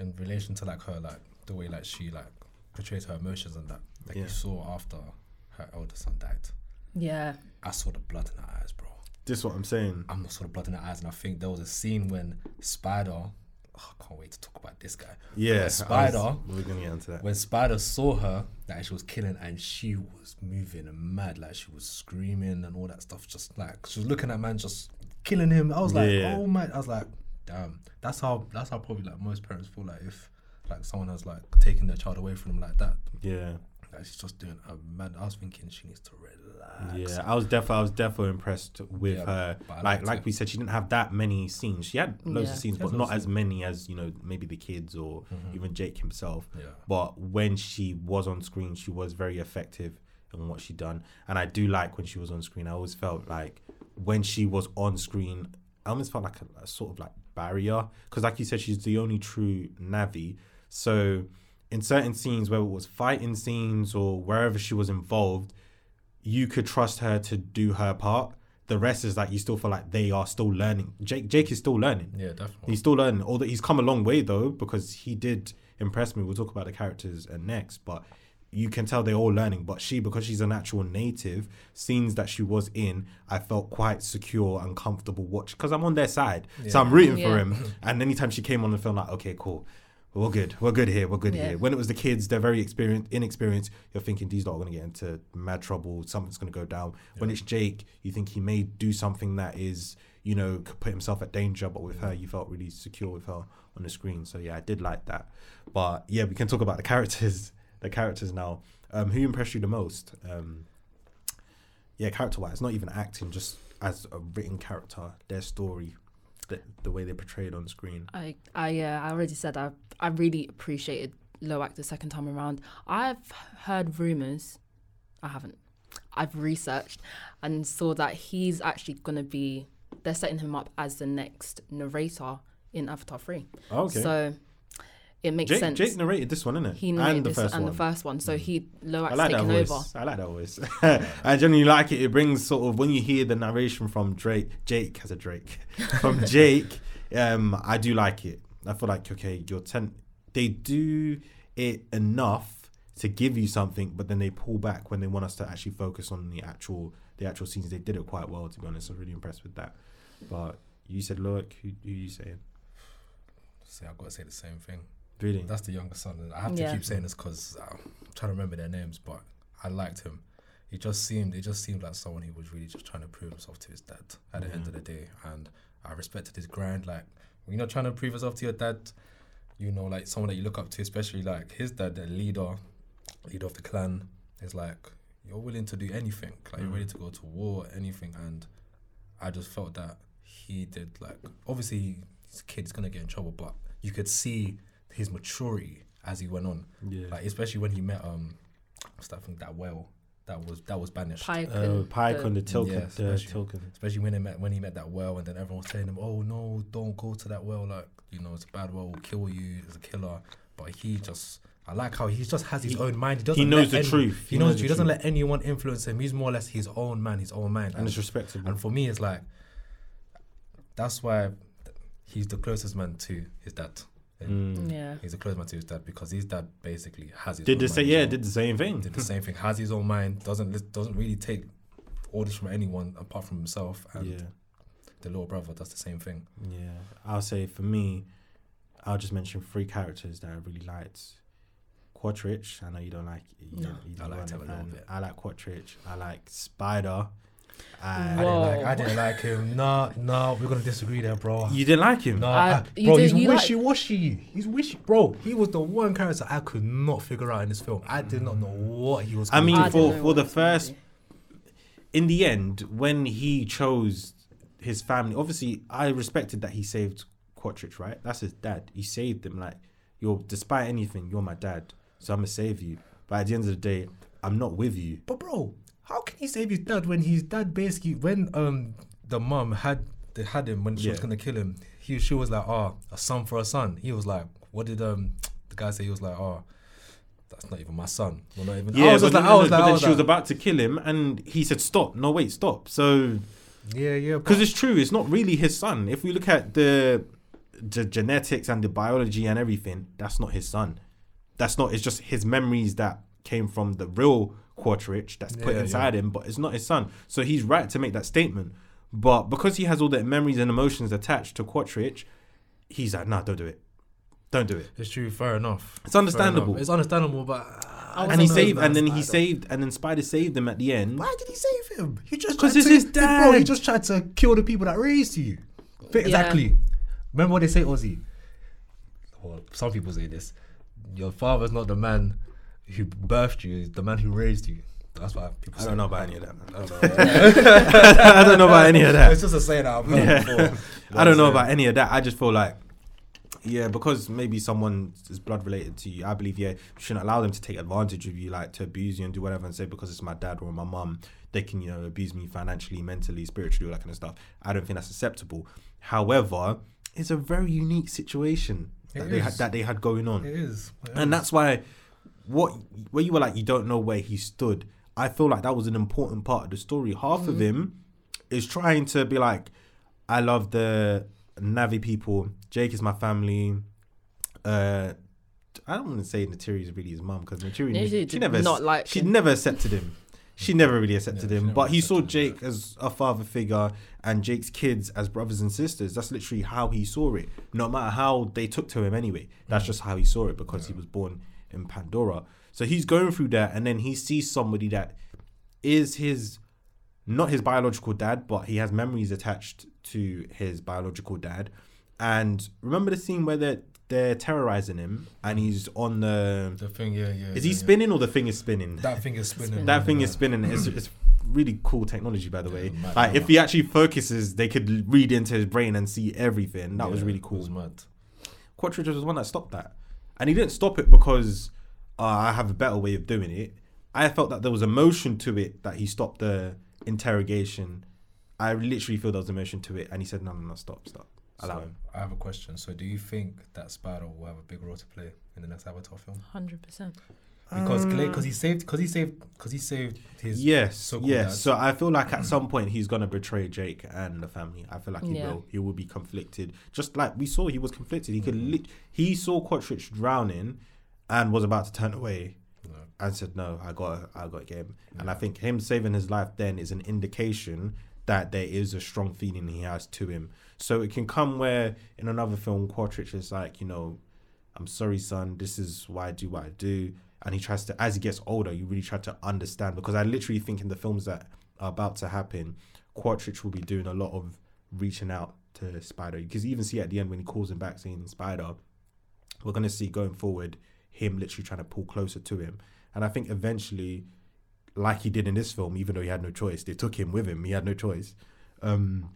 Speaker 2: in relation to like her like the way like she like portrays her emotions and that. Like
Speaker 1: Yeah.
Speaker 2: you saw after her elder son died.
Speaker 3: Yeah.
Speaker 2: I saw the blood in her eyes, bro.
Speaker 1: This is what I'm saying.
Speaker 2: I'm not saw the blood in her eyes, and I think there was a scene when Spider. Oh, I can't wait to talk about this guy.
Speaker 1: Yeah, I
Speaker 2: When
Speaker 1: was-
Speaker 2: Spider.
Speaker 1: We're gonna get into that.
Speaker 2: When Spider saw her that she was killing and she was moving and mad, like she was screaming and all that stuff, just like she was looking at man just killing him. I was like,
Speaker 1: Yeah.
Speaker 2: oh my, I was like, damn. That's how that's how probably like most parents feel like if like someone has like taken their child away from them like that.
Speaker 1: Yeah,
Speaker 2: Like she's just doing a mad. I was thinking she needs to relax.
Speaker 1: yeah. I was definitely, I was definitely impressed with
Speaker 2: Yeah,
Speaker 1: her.
Speaker 2: but I
Speaker 1: Like,
Speaker 2: liked
Speaker 1: like
Speaker 2: it.
Speaker 1: we said, she didn't have that many scenes. She had loads of
Speaker 3: Yeah.
Speaker 1: scenes,
Speaker 2: She had
Speaker 1: but
Speaker 2: loads
Speaker 1: not as many as you know, maybe the kids or
Speaker 2: Mm-hmm.
Speaker 1: even Jake himself.
Speaker 2: Yeah.
Speaker 1: But when she was on screen, she was very effective in what she done. And I do like when she was on screen. I always felt like when she was on screen, I almost felt like a, a sort of like barrier because, like you said, she's the only true Navi. So in certain scenes, whether it was fighting scenes or wherever she was involved, you could trust her to do her part. The rest is like you still feel like they are still learning. Jake Jake is still learning.
Speaker 2: Yeah, definitely.
Speaker 1: He's still learning. Although he's come a long way though, because he did impress me. We'll talk about the characters uh, next, but you can tell they're all learning. But she, because she's an actual native, scenes that she was in, I felt quite secure and comfortable watch because I'm on their side, so I'm rooting for
Speaker 3: Yeah.
Speaker 1: him. And anytime she came on the film, like, okay, cool. We're good. We're good here. We're good
Speaker 3: Yeah.
Speaker 1: here. When it was the kids, they're very experienced, inexperienced. You're thinking these lot are going to get into mad trouble. Something's going to go down. When it's Jake, you think he may do something that is, you know, could put himself at danger. But with her, you felt really secure with her on the screen. So yeah, I did like that. But yeah, we can talk about the characters. The characters now. Um, who impressed you the most? Um, yeah, character-wise, not even acting, just as a written character, their story, the, the way they portrayed on screen.
Speaker 3: I I uh, I already said I I really appreciated Loak the second time around. I've heard rumors. I haven't. I've researched and saw that he's actually gonna be. They're setting him up as the next narrator in Avatar Three.
Speaker 1: Oh, Okay.
Speaker 3: So it makes
Speaker 1: Jake,
Speaker 3: sense.
Speaker 1: Jake narrated this one, innit?
Speaker 3: he
Speaker 1: and
Speaker 3: narrated
Speaker 1: the
Speaker 3: this
Speaker 1: first
Speaker 3: and
Speaker 1: one. Mm.
Speaker 3: the first one, so he
Speaker 1: I like
Speaker 3: Loak's
Speaker 1: that
Speaker 3: taking
Speaker 1: voice.
Speaker 3: over.
Speaker 1: I like that voice. I generally like it. It brings sort of when you hear the narration from Drake, Jake has a Drake from Jake. Um, I do like it. I feel like okay, your ten, they do it enough to give you something, but then they pull back when they want us to actually focus on the actual the actual scenes. They did it quite well, to be honest. I was really impressed with that. But you said, look, who, who you saying?
Speaker 2: See, I've got to say the same thing.
Speaker 1: Really?
Speaker 2: That's the younger son. And I have
Speaker 3: Yeah.
Speaker 2: to keep saying this because I'm trying to remember their names, but I liked him. He just seemed, it just seemed like someone who was really just trying to prove himself to his dad at the end of the day. And I respected his grind. Like, when you're not trying to prove yourself to your dad, you know, like someone that you look up to, especially like his dad, the leader, leader of the clan, is like, you're willing to do anything. Like, you're ready to go to war, anything. And I just felt that he did like obviously his kid's gonna get in trouble, but you could see his maturity as he went on.
Speaker 1: Yeah.
Speaker 2: Like especially when he met um what's that thing that whale that was that was banished.
Speaker 3: Pike
Speaker 1: Uh,
Speaker 3: and
Speaker 1: Pike
Speaker 3: the-
Speaker 1: on the Tilkin.
Speaker 2: Yeah,
Speaker 1: the
Speaker 2: especially.
Speaker 1: Tilkin.
Speaker 2: Especially when he met when he met that whale and then everyone was telling him, Oh no, don't go to that whale, like, you know, it's a bad whale, will kill you, it's a killer. But he just I like how he just has his own mind. He doesn't
Speaker 1: knows
Speaker 2: let
Speaker 1: the
Speaker 2: any-
Speaker 1: truth.
Speaker 2: He, knows, the truth. He doesn't let anyone influence him. He's more or less his own man, his own mind.
Speaker 1: And it's respectable.
Speaker 2: And for me, it's like that's why he's the closest man to his dad.
Speaker 3: yeah.
Speaker 2: He's the closest man to his dad because his dad basically has his.
Speaker 1: mm. Did
Speaker 2: own
Speaker 1: the
Speaker 2: mind
Speaker 1: same?
Speaker 2: as
Speaker 1: Yeah,
Speaker 2: well.
Speaker 1: did the same thing.
Speaker 2: did the same thing. Has his own mind. Doesn't lis- doesn't really take orders from anyone apart from himself and
Speaker 1: Yeah,
Speaker 2: the little brother. That's the same thing.
Speaker 1: yeah. I'll say for me, I'll just mention three characters that I really liked. Quatrich, I know you don't like. You
Speaker 3: No.
Speaker 1: don't- you
Speaker 2: I
Speaker 1: don't
Speaker 2: liked
Speaker 1: want
Speaker 2: him a little
Speaker 1: fan.
Speaker 2: bit.
Speaker 1: I like Quatrich. I like Spider. Uh, And
Speaker 2: I didn't like.
Speaker 3: Whoa.
Speaker 2: I didn't like him. No, no, we're gonna disagree there, bro.
Speaker 1: you didn't like him.
Speaker 2: No,
Speaker 3: I-
Speaker 2: I-
Speaker 3: you
Speaker 2: bro,
Speaker 3: did-
Speaker 2: he's
Speaker 3: you like-
Speaker 2: wishy washy. He's wishy, bro. He was the one character I could not figure out in this film. I did not know what he was.
Speaker 1: I
Speaker 2: gonna
Speaker 1: mean,
Speaker 2: do.
Speaker 3: I don't
Speaker 1: for
Speaker 3: know
Speaker 1: for
Speaker 3: what
Speaker 1: the
Speaker 3: it's gonna
Speaker 1: first, in the end, when he chose his family, obviously I respected that he saved Quatrich, right? That's his dad. He saved him. Like you're, despite anything, you're my dad, so I'm gonna save you. But at the end of the day, I'm not with you.
Speaker 2: But bro, how can he save his dad when his dad basically when um the mum had they had him when she was
Speaker 1: Yeah.
Speaker 2: gonna kill him, he she was like, Oh, a son for a son. He was like, What did um the guy say? He was like, Oh, that's not even my son. We're not even I was
Speaker 1: but
Speaker 2: just like,
Speaker 1: no,
Speaker 2: I
Speaker 1: no,
Speaker 2: was
Speaker 1: no,
Speaker 2: like,
Speaker 1: but
Speaker 2: I
Speaker 1: then
Speaker 2: was
Speaker 1: she was
Speaker 2: like,
Speaker 1: about to kill him, and he said, "Stop! No, wait, stop!" So,
Speaker 2: Yeah, yeah,
Speaker 1: because
Speaker 2: because
Speaker 1: it's true, it's not really his son. If we look at the the genetics and the biology and everything, that's not his son. That's not. It's just his memories that came from the real Quarterich that's put
Speaker 2: Yeah,
Speaker 1: inside him, but it's not his son. So he's right to make that statement. But because he has all the memories and emotions attached to Quarterich, he's like, nah, don't do it. Don't do it.
Speaker 2: It's true. Fair enough.
Speaker 1: It's understandable.
Speaker 2: Fair enough. It's understandable, but uh, I
Speaker 1: and he
Speaker 2: don't know,
Speaker 1: saved,
Speaker 2: man.
Speaker 1: and then he
Speaker 2: I don't-
Speaker 1: saved, and then Spider saved him at the end.
Speaker 2: Why did he save him? You just
Speaker 1: 'Cause
Speaker 2: tried
Speaker 1: it's
Speaker 2: to-
Speaker 1: his
Speaker 2: Bro, you
Speaker 1: dad.
Speaker 2: just tried to kill the people that raised you. But Exactly. Remember what they say, Aussie. Well, some people say this. Your father's not the man who birthed you; he's the man who raised you. That's why people.
Speaker 1: I
Speaker 2: say
Speaker 1: don't know about any of that. Man.
Speaker 2: I don't know.
Speaker 1: I don't know about any of that.
Speaker 2: it's just a saying that I've heard before.
Speaker 1: I don't know about any of that. I just feel like, yeah, because maybe someone is blood related to you. I believe yeah, you shouldn't allow them to take advantage of you, like to abuse you and do whatever, and say because it's my dad or my mum, they can you know abuse me financially, mentally, spiritually, all that kind of stuff. I don't think that's acceptable. However, it's a very unique situation
Speaker 2: It
Speaker 1: that they had
Speaker 2: is.
Speaker 1: that they had going on
Speaker 2: It is, It
Speaker 1: and
Speaker 2: is.
Speaker 1: that's why what where you were like you don't know where he stood i feel like that was an important part of the story half
Speaker 3: Mm-hmm.
Speaker 1: of him is trying to be like i love the navi people jake is my family uh i don't want to say natiri is really his mum because natiri
Speaker 3: Natiri
Speaker 1: she,
Speaker 3: did
Speaker 1: never
Speaker 3: not like
Speaker 1: she
Speaker 3: him.
Speaker 1: never accepted him she never really accepted
Speaker 2: Yeah, she
Speaker 1: him
Speaker 2: never
Speaker 1: but he saw
Speaker 2: accepted him, yeah.
Speaker 1: jake as a father figure and jake's kids as brothers and sisters that's literally how he saw it no matter how they took to him anyway that's
Speaker 2: Mm.
Speaker 1: just how he saw it because he was born in pandora so he's going through that and then he sees somebody that is his not his biological dad but he has memories attached to his biological dad and remember the scene where they're they're terrorizing him and he's on the
Speaker 2: the thing. Yeah, yeah.
Speaker 1: is he
Speaker 2: yeah, yeah.
Speaker 1: spinning or the thing is spinning
Speaker 2: That thing is spinning.
Speaker 1: that thing is spinning. It's, it's really cool technology, by the way.
Speaker 2: Yeah, mad,
Speaker 1: like, if
Speaker 2: mad.
Speaker 1: he actually focuses, they could read into his brain and see everything. That was
Speaker 2: Yeah,
Speaker 1: really
Speaker 2: it was
Speaker 1: cool.
Speaker 2: mad.
Speaker 1: Quattridge was the one that stopped that. And he didn't stop it because uh, I have a better way of doing it. I felt that there was emotion to it that he stopped the interrogation. I literally feel there was emotion to it. And he said, no, no, no, stop, stop. Allow
Speaker 2: So,
Speaker 1: him.
Speaker 2: I have a question. So, do you think that Spider will have a big role to play in the next Avatar film?
Speaker 3: Hundred percent.
Speaker 2: Because because he saved because he saved because he saved his
Speaker 1: Yes,
Speaker 2: so-called
Speaker 1: yes.
Speaker 2: dad.
Speaker 1: So I feel like at some point he's gonna betray Jake and the family. I feel like he
Speaker 3: Yeah.
Speaker 1: will. He will be conflicted, just like we saw. He was conflicted. He could.
Speaker 2: Mm.
Speaker 1: Lit- he saw Quatrich drowning, and was about to turn away,
Speaker 2: No.
Speaker 1: and said, "No, I got, I got game." And I think him saving his life then is an indication that there is a strong feeling he has to him. So it can come where in another film, Quatrich is like, you know, I'm sorry, son. This is why I do what I do. And he tries to, as he gets older, you really try to understand because I literally think in the films that are about to happen, Quartrich will be doing a lot of reaching out to Spider. Because you even see at the end when he calls him back saying Spider, we're gonna see going forward him literally trying to pull closer to him. And I think eventually, like he did in this film, even though he had no choice, they took him with him. He had no choice. Um,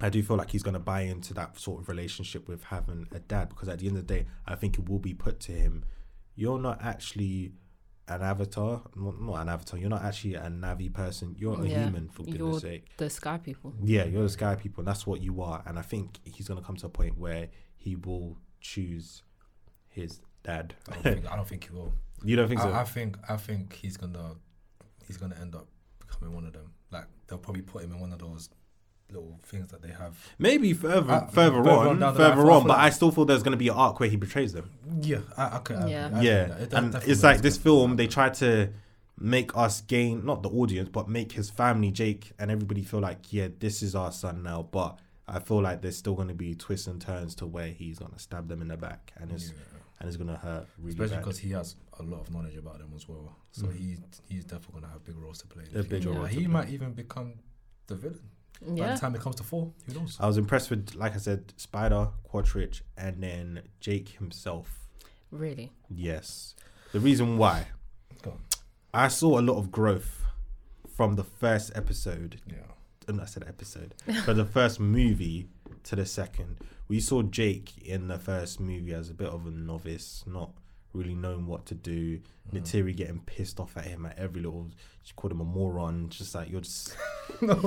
Speaker 1: I do feel like he's going to buy into that sort of relationship with having a dad because at the end of the day, I think it will be put to him. You're not actually an avatar, well, not an avatar. You're not actually a Navi person. You're a
Speaker 3: Yeah.
Speaker 1: human, for goodness'
Speaker 3: You're-
Speaker 1: sake.
Speaker 3: The sky people.
Speaker 1: Yeah, you're the sky people, and that's what you are. And I think he's going to come to a point where he will choose his dad.
Speaker 2: I don't think I don't think he will.
Speaker 1: You don't think so?
Speaker 2: I, I think I think he's gonna he's gonna end up becoming one of them. Like they'll probably put him in one of those little things that they have.
Speaker 1: Maybe further,
Speaker 2: Uh,
Speaker 1: further
Speaker 2: further on
Speaker 1: on,
Speaker 2: down the line,
Speaker 1: further
Speaker 2: I feel- I
Speaker 1: on. But
Speaker 2: feel like-
Speaker 1: I still feel there's going to be an arc where he betrays them.
Speaker 2: Yeah, I, I could. I-
Speaker 3: Yeah.
Speaker 2: I agree
Speaker 1: yeah,
Speaker 2: with that. It- that
Speaker 1: and
Speaker 2: definitely
Speaker 1: it's like
Speaker 2: is
Speaker 1: this
Speaker 2: gonna-
Speaker 1: film. They try to make us gain, not the audience, but make his family, Jake, and everybody feel like, yeah, this is our son now. But I feel like there's still going to be twists and turns to where he's going to stab them in the back, and it's
Speaker 2: Yeah.
Speaker 1: and it's going to hurt really
Speaker 2: especially
Speaker 1: bad.
Speaker 2: because he has a lot of knowledge about them as well. So he he's definitely gonna have big roles to play. In
Speaker 1: A
Speaker 2: the
Speaker 1: big
Speaker 2: future.
Speaker 1: role to
Speaker 2: Mm. He
Speaker 1: play.
Speaker 2: might even become the villain by
Speaker 3: Yeah.
Speaker 2: the time it comes to four. Who knows?
Speaker 1: I was impressed with, like I said, Spider, Quatrich, and then Jake himself.
Speaker 3: Really.
Speaker 1: Yes, the reason why
Speaker 2: Go on.
Speaker 1: I saw a lot of growth from the first episode
Speaker 2: Yeah,
Speaker 1: um, I said episode, from the first movie to the second. We saw Jake in the first movie as a bit of a novice, not really knowing what to do.
Speaker 2: Mm-hmm.
Speaker 1: Natiri getting pissed off at him at every little. She called him a moron. Just like you're just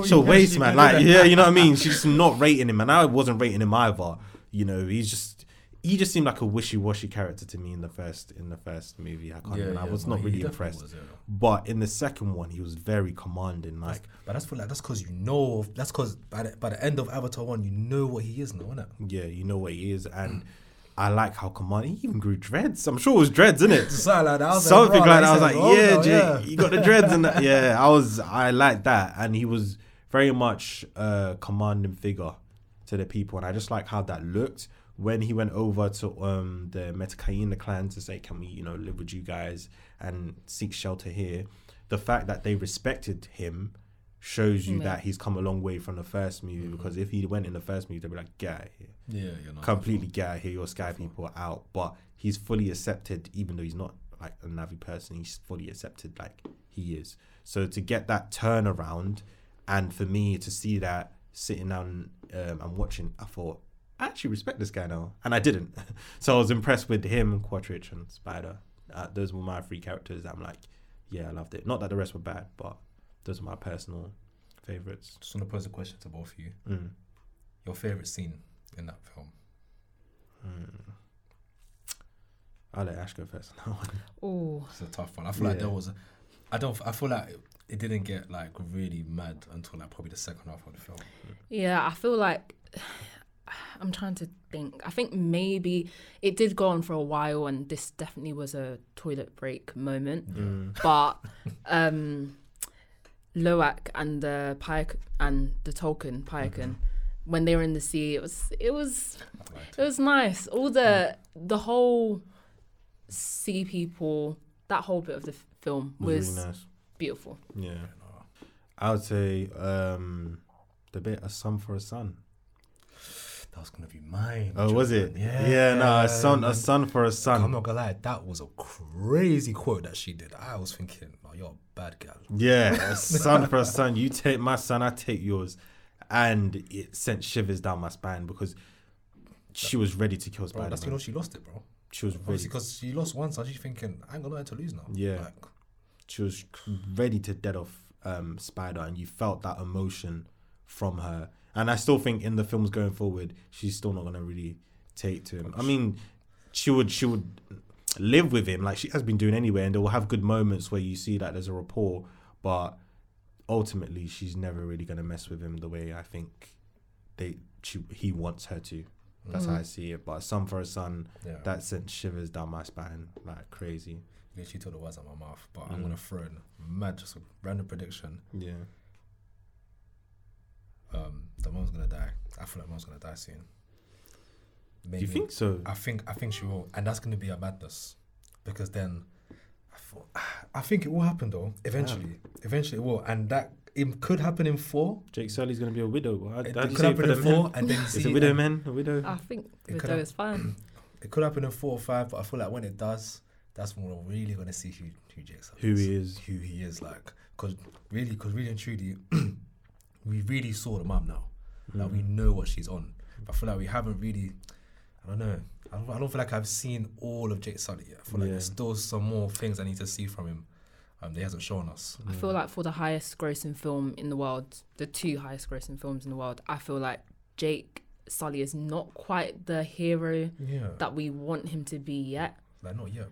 Speaker 1: so waste man. Like yeah, you know what I mean. She's just not rating him, and I wasn't rating him either. You know, he's just he just seemed like a wishy-washy character to me in the first in the first movie. I can't.
Speaker 2: Yeah,
Speaker 1: remember. I
Speaker 2: yeah,
Speaker 1: was
Speaker 2: no,
Speaker 1: not
Speaker 2: he
Speaker 1: really
Speaker 2: definitely
Speaker 1: impressed.
Speaker 2: was, yeah.
Speaker 1: But in the second one, he was very commanding. Like,
Speaker 2: But that's for like that's because you know that's because by the, by the end of Avatar one you know what he is now, innit?
Speaker 1: yeah, you know what he is, and I like how commanding. He even grew dreads. I'm sure it was dreads, isn't it?
Speaker 2: Something like that. I was
Speaker 1: Something
Speaker 2: "Bruh,
Speaker 1: like that.
Speaker 2: this
Speaker 1: I was like,
Speaker 2: is old
Speaker 1: yeah,
Speaker 2: now,
Speaker 1: Jay, you got the dreads and that. yeah. I was, I like that, and he was very much a commanding figure to the people, and I just like how that looked when he went over to um the Metakaina clan to say, "Can we, you know, live with you guys and seek shelter here?" The fact that they respected him shows you
Speaker 3: Yeah.
Speaker 1: that he's come a long way from the first
Speaker 2: Mm.
Speaker 1: movie because if he went in the first movie, they'd be like, "Get out of here."
Speaker 2: Yeah, you know.
Speaker 1: completely get out here, your Sky people are out. But he's fully accepted, even though he's not like a Navi person, he's fully accepted like he is. So to get that turnaround and for me to see that sitting down um, and watching, I thought, I actually respect this guy now. And I didn't. so I was impressed with him, Quatrich and Spider. Uh, those were my three characters that I'm like, yeah, I loved it. Not that the rest were bad, but those are my personal favorites.
Speaker 2: Just want to pose a question to both of you.
Speaker 1: Mm.
Speaker 2: Your favorite scene in that film?
Speaker 1: I'll let Ash go first. on that one.
Speaker 3: Oh,
Speaker 2: It's a tough one. I feel like
Speaker 1: Yeah.
Speaker 2: there was, a, I don't. I feel like it didn't get like really mad until like probably the second half of the film.
Speaker 3: yeah. I feel like I'm trying to think. I think maybe it did go on for a while, and this definitely was a toilet break moment. But um, Loak and the Pike and the Tolkien Pike when they were in the sea, it was it was
Speaker 2: I liked Mm.
Speaker 3: It was nice. All the the whole sea people, that whole bit of the f- film
Speaker 1: It
Speaker 3: was,
Speaker 1: was really nice.
Speaker 3: beautiful.
Speaker 1: Yeah. I would say um, the bit A Sun for a Sun.
Speaker 2: That was gonna be mine.
Speaker 1: Oh, was it?
Speaker 2: Jordan. Yeah.
Speaker 1: Yeah, no, A Sun, a
Speaker 2: man.
Speaker 1: sun for a
Speaker 2: I'm
Speaker 1: Sun.
Speaker 2: not gonna lie, that was a crazy quote that she did. I was thinking, oh, you're a bad girl.
Speaker 1: Yeah, A Sun for a Sun. You take my son, I take yours. And it sent shivers down my spine because she was ready to kill
Speaker 2: Bro,
Speaker 1: Spider
Speaker 2: that's you
Speaker 1: Man.
Speaker 2: know she lost it, bro.
Speaker 1: She was
Speaker 2: Obviously,
Speaker 1: ready.
Speaker 2: because she lost once, and she's thinking, I ain't gonna let her lose now.
Speaker 1: Yeah.
Speaker 2: Like,
Speaker 1: She was
Speaker 2: Mm-hmm.
Speaker 1: ready to dead off um, Spider, and you felt that emotion from her. And I still think in the films going forward, she's still not gonna really take to him. I mean, she would she would live with him like she has been doing anyway, and they will have good moments where you see that there's a rapport, but ultimately she's never really gonna mess with him the way I think they she he wants her to. That's how I see it. But son for a son,
Speaker 2: Mm. yeah.
Speaker 1: that sent shivers down my spine like crazy.
Speaker 2: literally took the words out of my mouth,
Speaker 1: Mm.
Speaker 2: but I'm gonna throw in mad just a random prediction.
Speaker 1: Yeah.
Speaker 2: Um, the mom's gonna die. I feel like mom's gonna die soon.
Speaker 1: Do
Speaker 2: Maybe.
Speaker 1: you think so?
Speaker 2: I think I think she will, and that's gonna be a madness, because then, I thought, I think it will happen though. Eventually, eventually it will, and that it could happen in four.
Speaker 1: Jake Sully's gonna be a widow. How,
Speaker 2: It,
Speaker 1: how do
Speaker 2: it
Speaker 1: you
Speaker 2: could
Speaker 1: say it for
Speaker 2: happen
Speaker 1: the
Speaker 2: in four,
Speaker 1: men?
Speaker 2: and then you
Speaker 1: Is
Speaker 2: see-
Speaker 1: it widow
Speaker 2: and
Speaker 1: man? A widow?
Speaker 3: I think
Speaker 2: It
Speaker 3: Widow
Speaker 2: could've-
Speaker 3: is fine.
Speaker 2: It could happen in four or five, but I feel like when it does, that's when we're really gonna see who who Jason
Speaker 1: Who he is?
Speaker 2: who he is like because really because really and truly we really saw the mum now like
Speaker 1: Mm.
Speaker 2: we know what she's on i feel like we haven't really i don't know i don't, I don't feel like i've seen all of jake sully yet i feel like
Speaker 1: Yeah.
Speaker 2: there's still some more things i need to see from him um, they hasn't shown us
Speaker 3: I feel like for the highest grossing film in the world, the two highest grossing films in the world, I feel like Jake Sully is not quite the hero
Speaker 2: yeah
Speaker 3: that we want him to be yet.
Speaker 2: like not yet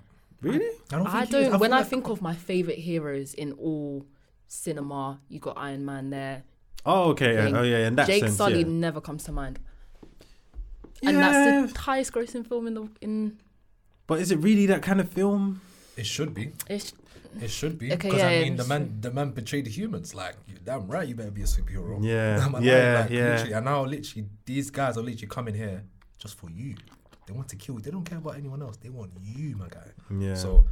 Speaker 1: Really?
Speaker 2: i don't, think
Speaker 3: I
Speaker 2: he is.
Speaker 3: don't. when
Speaker 2: feel
Speaker 3: I
Speaker 2: like-
Speaker 3: think of my favorite heroes in all cinema, you got Iron Man there,
Speaker 1: Oh, okay.
Speaker 3: thing.
Speaker 1: yeah, Oh, yeah. In that
Speaker 3: Jake
Speaker 1: sense,
Speaker 3: Sully
Speaker 1: yeah.
Speaker 3: never comes to mind. And that's the highest grossing film in the in
Speaker 1: But is it really that kind of film?
Speaker 2: it should be
Speaker 3: it's
Speaker 2: it should be
Speaker 3: Okay,
Speaker 2: because
Speaker 3: yeah,
Speaker 2: i
Speaker 3: yeah,
Speaker 2: mean the
Speaker 3: it's
Speaker 2: man the man betrayed the humans like you damn right you better be a superhero
Speaker 1: Yeah,
Speaker 2: Am I lying?
Speaker 1: yeah,
Speaker 2: Like,
Speaker 1: yeah.
Speaker 2: Literally, and now literally these guys are literally coming here just for you. They want to kill you. They don't care about anyone else. They want you, my guy.
Speaker 1: Yeah.
Speaker 2: So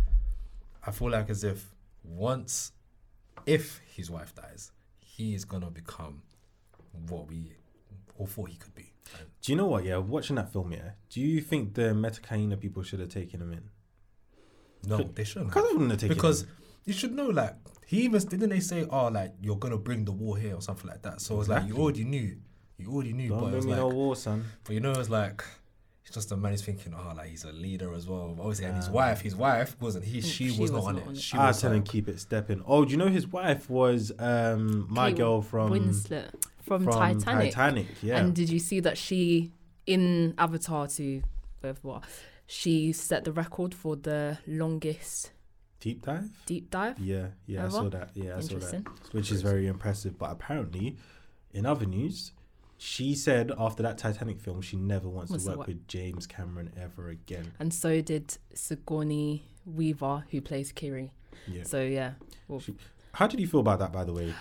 Speaker 2: I feel like as if once if his wife dies, he is gonna become what we all thought he could be. And
Speaker 1: Do you know what? Yeah, watching that film, yeah. Do you think the Metacaina people should have taken him in?
Speaker 2: no, they shouldn't.
Speaker 1: Because I wouldn't have taken
Speaker 2: because
Speaker 1: him
Speaker 2: you should know like he even didn't they say oh like you're gonna bring the war here or something like that so it's like you already knew you already knew
Speaker 1: in.
Speaker 2: but
Speaker 1: don't
Speaker 2: it
Speaker 1: bring
Speaker 2: was
Speaker 1: me no
Speaker 2: like
Speaker 1: war, son.
Speaker 2: but you know it's like it's just a man who's thinking oh like he's a leader as well obviously and his wife his wife wasn't he she, was, not, on it, she
Speaker 1: I
Speaker 2: was
Speaker 1: tell him
Speaker 2: like,
Speaker 1: keep it stepping. Oh, do you know his wife was um my
Speaker 3: Kate
Speaker 1: girl from
Speaker 3: Winslet from,
Speaker 1: from
Speaker 3: Titanic.
Speaker 1: Titanic? Yeah.
Speaker 3: And did you see that she in Avatar 2 with what she set the record for the longest
Speaker 1: Deep dive?
Speaker 3: deep dive.
Speaker 1: Yeah, yeah,
Speaker 3: Ever?
Speaker 1: I saw that. Yeah, I saw that.
Speaker 3: Interesting.
Speaker 1: Which is very impressive. But apparently, in other news, she said after that Titanic film, she never wants
Speaker 3: Wants
Speaker 1: to
Speaker 3: to
Speaker 1: work
Speaker 3: work.
Speaker 1: with James Cameron ever again.
Speaker 3: And so did Sigourney Weaver, who plays Kiri.
Speaker 1: Yeah.
Speaker 3: So yeah. Well,
Speaker 1: She- How did you feel about that, by the way?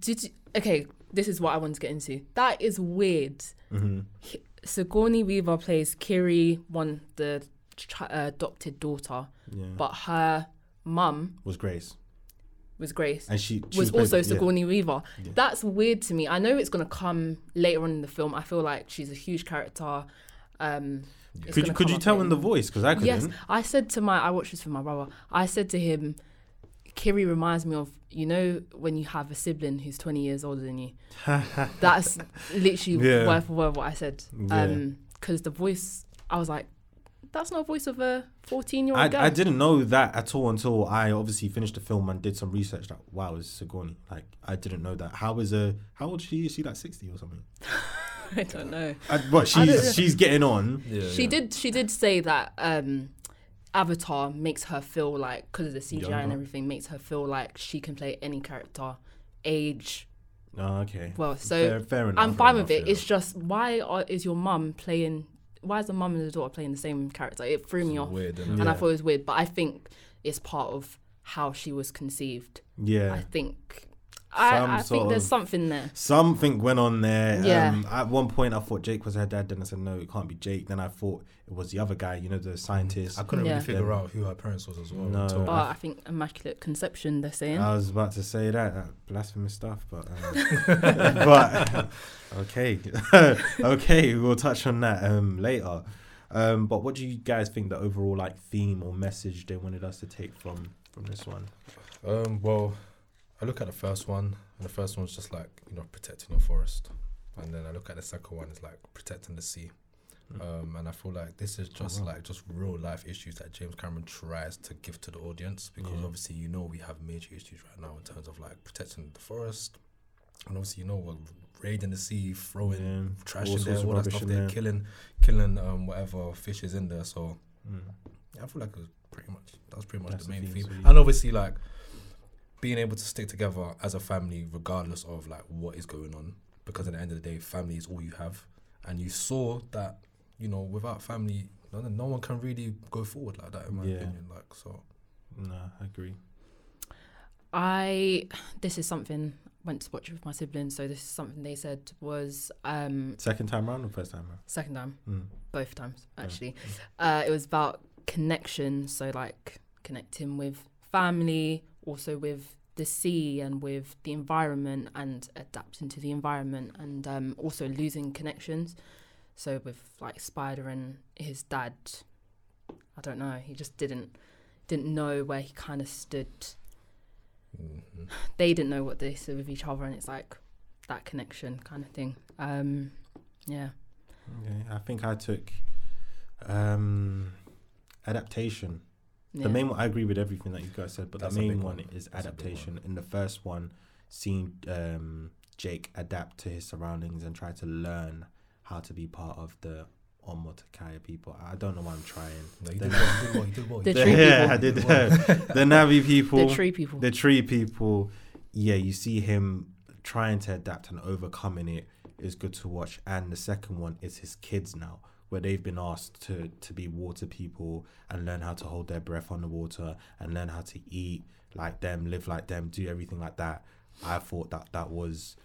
Speaker 3: did you, okay. This is what I wanted to get into. That is weird.
Speaker 1: Mm-hmm.
Speaker 3: He- Sigourney Weaver plays Kiri, one the ch- uh, adopted daughter,
Speaker 1: Yeah.
Speaker 3: but her mum
Speaker 1: was Grace.
Speaker 3: was Grace.
Speaker 1: And she, she
Speaker 3: was
Speaker 1: played-
Speaker 3: also
Speaker 1: yeah.
Speaker 3: Sigourney Weaver.
Speaker 1: Yeah.
Speaker 3: That's weird to me. I know it's gonna come later on in the film. I feel like she's a huge character. Um, it's
Speaker 1: Could you,
Speaker 3: gonna
Speaker 1: could
Speaker 3: come
Speaker 1: you
Speaker 3: up
Speaker 1: tell in the voice? Because I couldn't.
Speaker 3: Yes, I said to my. I watched this with my brother. I said to him, "Kiri reminds me of you know when you have a sibling who's twenty years older than you." That's literally
Speaker 1: Yeah.
Speaker 3: word for word what I said.
Speaker 1: Yeah.
Speaker 3: Um, because the voice, I was like, "That's not a voice of a
Speaker 1: I,
Speaker 3: fourteen-year-old girl."
Speaker 1: I didn't know that at all until I obviously finished the film and did some research. That wow, it's Sigourney. Like I didn't know that. How is a how old is she? Is she like sixty or something?
Speaker 3: I don't know.
Speaker 1: I, well,
Speaker 3: know.
Speaker 1: she's she's getting on.
Speaker 2: Yeah,
Speaker 3: she
Speaker 2: yeah.
Speaker 3: did she did say that um avatar makes her feel like because of the cgi and
Speaker 1: Younger.
Speaker 3: everything makes her feel like she can play any character age
Speaker 1: Oh, okay.
Speaker 3: well so
Speaker 1: fair, fair enough.
Speaker 3: i'm fine
Speaker 1: fair
Speaker 3: with it
Speaker 1: enough,
Speaker 3: it's just why are, is your mum playing why is the mum and the daughter playing the same character it threw me off
Speaker 2: Weird,
Speaker 1: Yeah.
Speaker 2: innit?
Speaker 3: and i thought it was weird but i think it's part of how she was conceived
Speaker 1: yeah.
Speaker 3: i
Speaker 1: Yeah.
Speaker 3: think i, I
Speaker 1: Some sort
Speaker 3: think there's
Speaker 1: of-
Speaker 3: something there
Speaker 1: Something went on there.
Speaker 3: Yeah.
Speaker 1: Um, at one point, I thought Jake was her dad. Then I said, no, it can't be Jake. Then I thought it was the other guy. You know, the scientist.
Speaker 2: I couldn't
Speaker 3: Yeah.
Speaker 2: really figure out who her parents was as well.
Speaker 1: No.
Speaker 2: until-
Speaker 3: but i think immaculate conception they're saying
Speaker 1: I was about to say that, uh, blasphemous stuff, but um, but okay, okay, we'll touch on that um, later. Um, but what do you guys think the overall like theme or message they wanted us to take from from this one?
Speaker 2: Um, well, I look at the first one, and the first one's just like you know protecting your forest, and then I look at the second one it's like protecting the sea.
Speaker 1: Mm.
Speaker 2: Um, and I feel like this
Speaker 1: Oh,
Speaker 2: is just like just real life issues that James Cameron tries to give to the audience because
Speaker 1: Yeah.
Speaker 2: obviously you know we have major issues right now in terms of like protecting the forest, and obviously you know we're raiding the sea, throwing
Speaker 1: Yeah,
Speaker 2: oh, trash
Speaker 1: all
Speaker 2: in there,
Speaker 1: sorts of
Speaker 2: all that
Speaker 1: rubbish
Speaker 2: stuff
Speaker 1: in
Speaker 2: there,
Speaker 1: there.
Speaker 2: killing, killing um whatever fish is in there. So
Speaker 1: Mm.
Speaker 2: I feel like it was pretty much that was pretty much
Speaker 1: That's
Speaker 2: the
Speaker 1: the
Speaker 2: main
Speaker 1: theme,
Speaker 2: theme,
Speaker 1: so you-
Speaker 2: and obviously like being able to stick together as a family, regardless of like what is going on, because at the end of the day, family is all you have, and you saw that you know without family, no, no one can really go forward like that in my
Speaker 1: Yeah.
Speaker 2: opinion. Like so,
Speaker 1: No, I agree.
Speaker 3: I this is something went to watch with my siblings, so this is something they said was um
Speaker 1: Second time round or first time round?
Speaker 3: second time,
Speaker 1: Mm.
Speaker 3: both times actually. Uh it was about connection, so like connecting with family, also with the sea and with the environment and adapting to the environment and um also losing connections. So with like Spider and his dad, I don't know, he just didn't didn't know where he kind of stood
Speaker 2: mhm.
Speaker 3: they didn't know what they said with each other, and it's like that connection kind of thing. Um, yeah,
Speaker 1: Okay, I think I took um, adaptation.
Speaker 3: yeah.
Speaker 1: The main one, I agree with everything that you guys said, but
Speaker 2: That's a
Speaker 1: the main
Speaker 2: big
Speaker 1: one,
Speaker 2: one.
Speaker 1: is
Speaker 2: That's a big
Speaker 1: adaptation. In the first one, seeing um, Jake adapt to his surroundings and try to learn how to be part of the Omotakaya people. I don't know why I'm trying.
Speaker 2: no, you
Speaker 1: The-
Speaker 2: did well, you did well, you did well.
Speaker 3: The
Speaker 2: you
Speaker 1: The,
Speaker 2: did
Speaker 3: tree
Speaker 2: well.
Speaker 1: yeah,
Speaker 3: people.
Speaker 1: I did.
Speaker 2: You
Speaker 1: uh,
Speaker 2: well.
Speaker 1: the Navi people,
Speaker 3: the tree people.
Speaker 1: the tree people. Yeah, you see him trying to adapt and overcoming it is good to watch. And the second one is his kids now, where they've been asked to to be water people and learn how to hold their breath on the water and learn how to eat like them, live like them, do everything like that. I thought that that was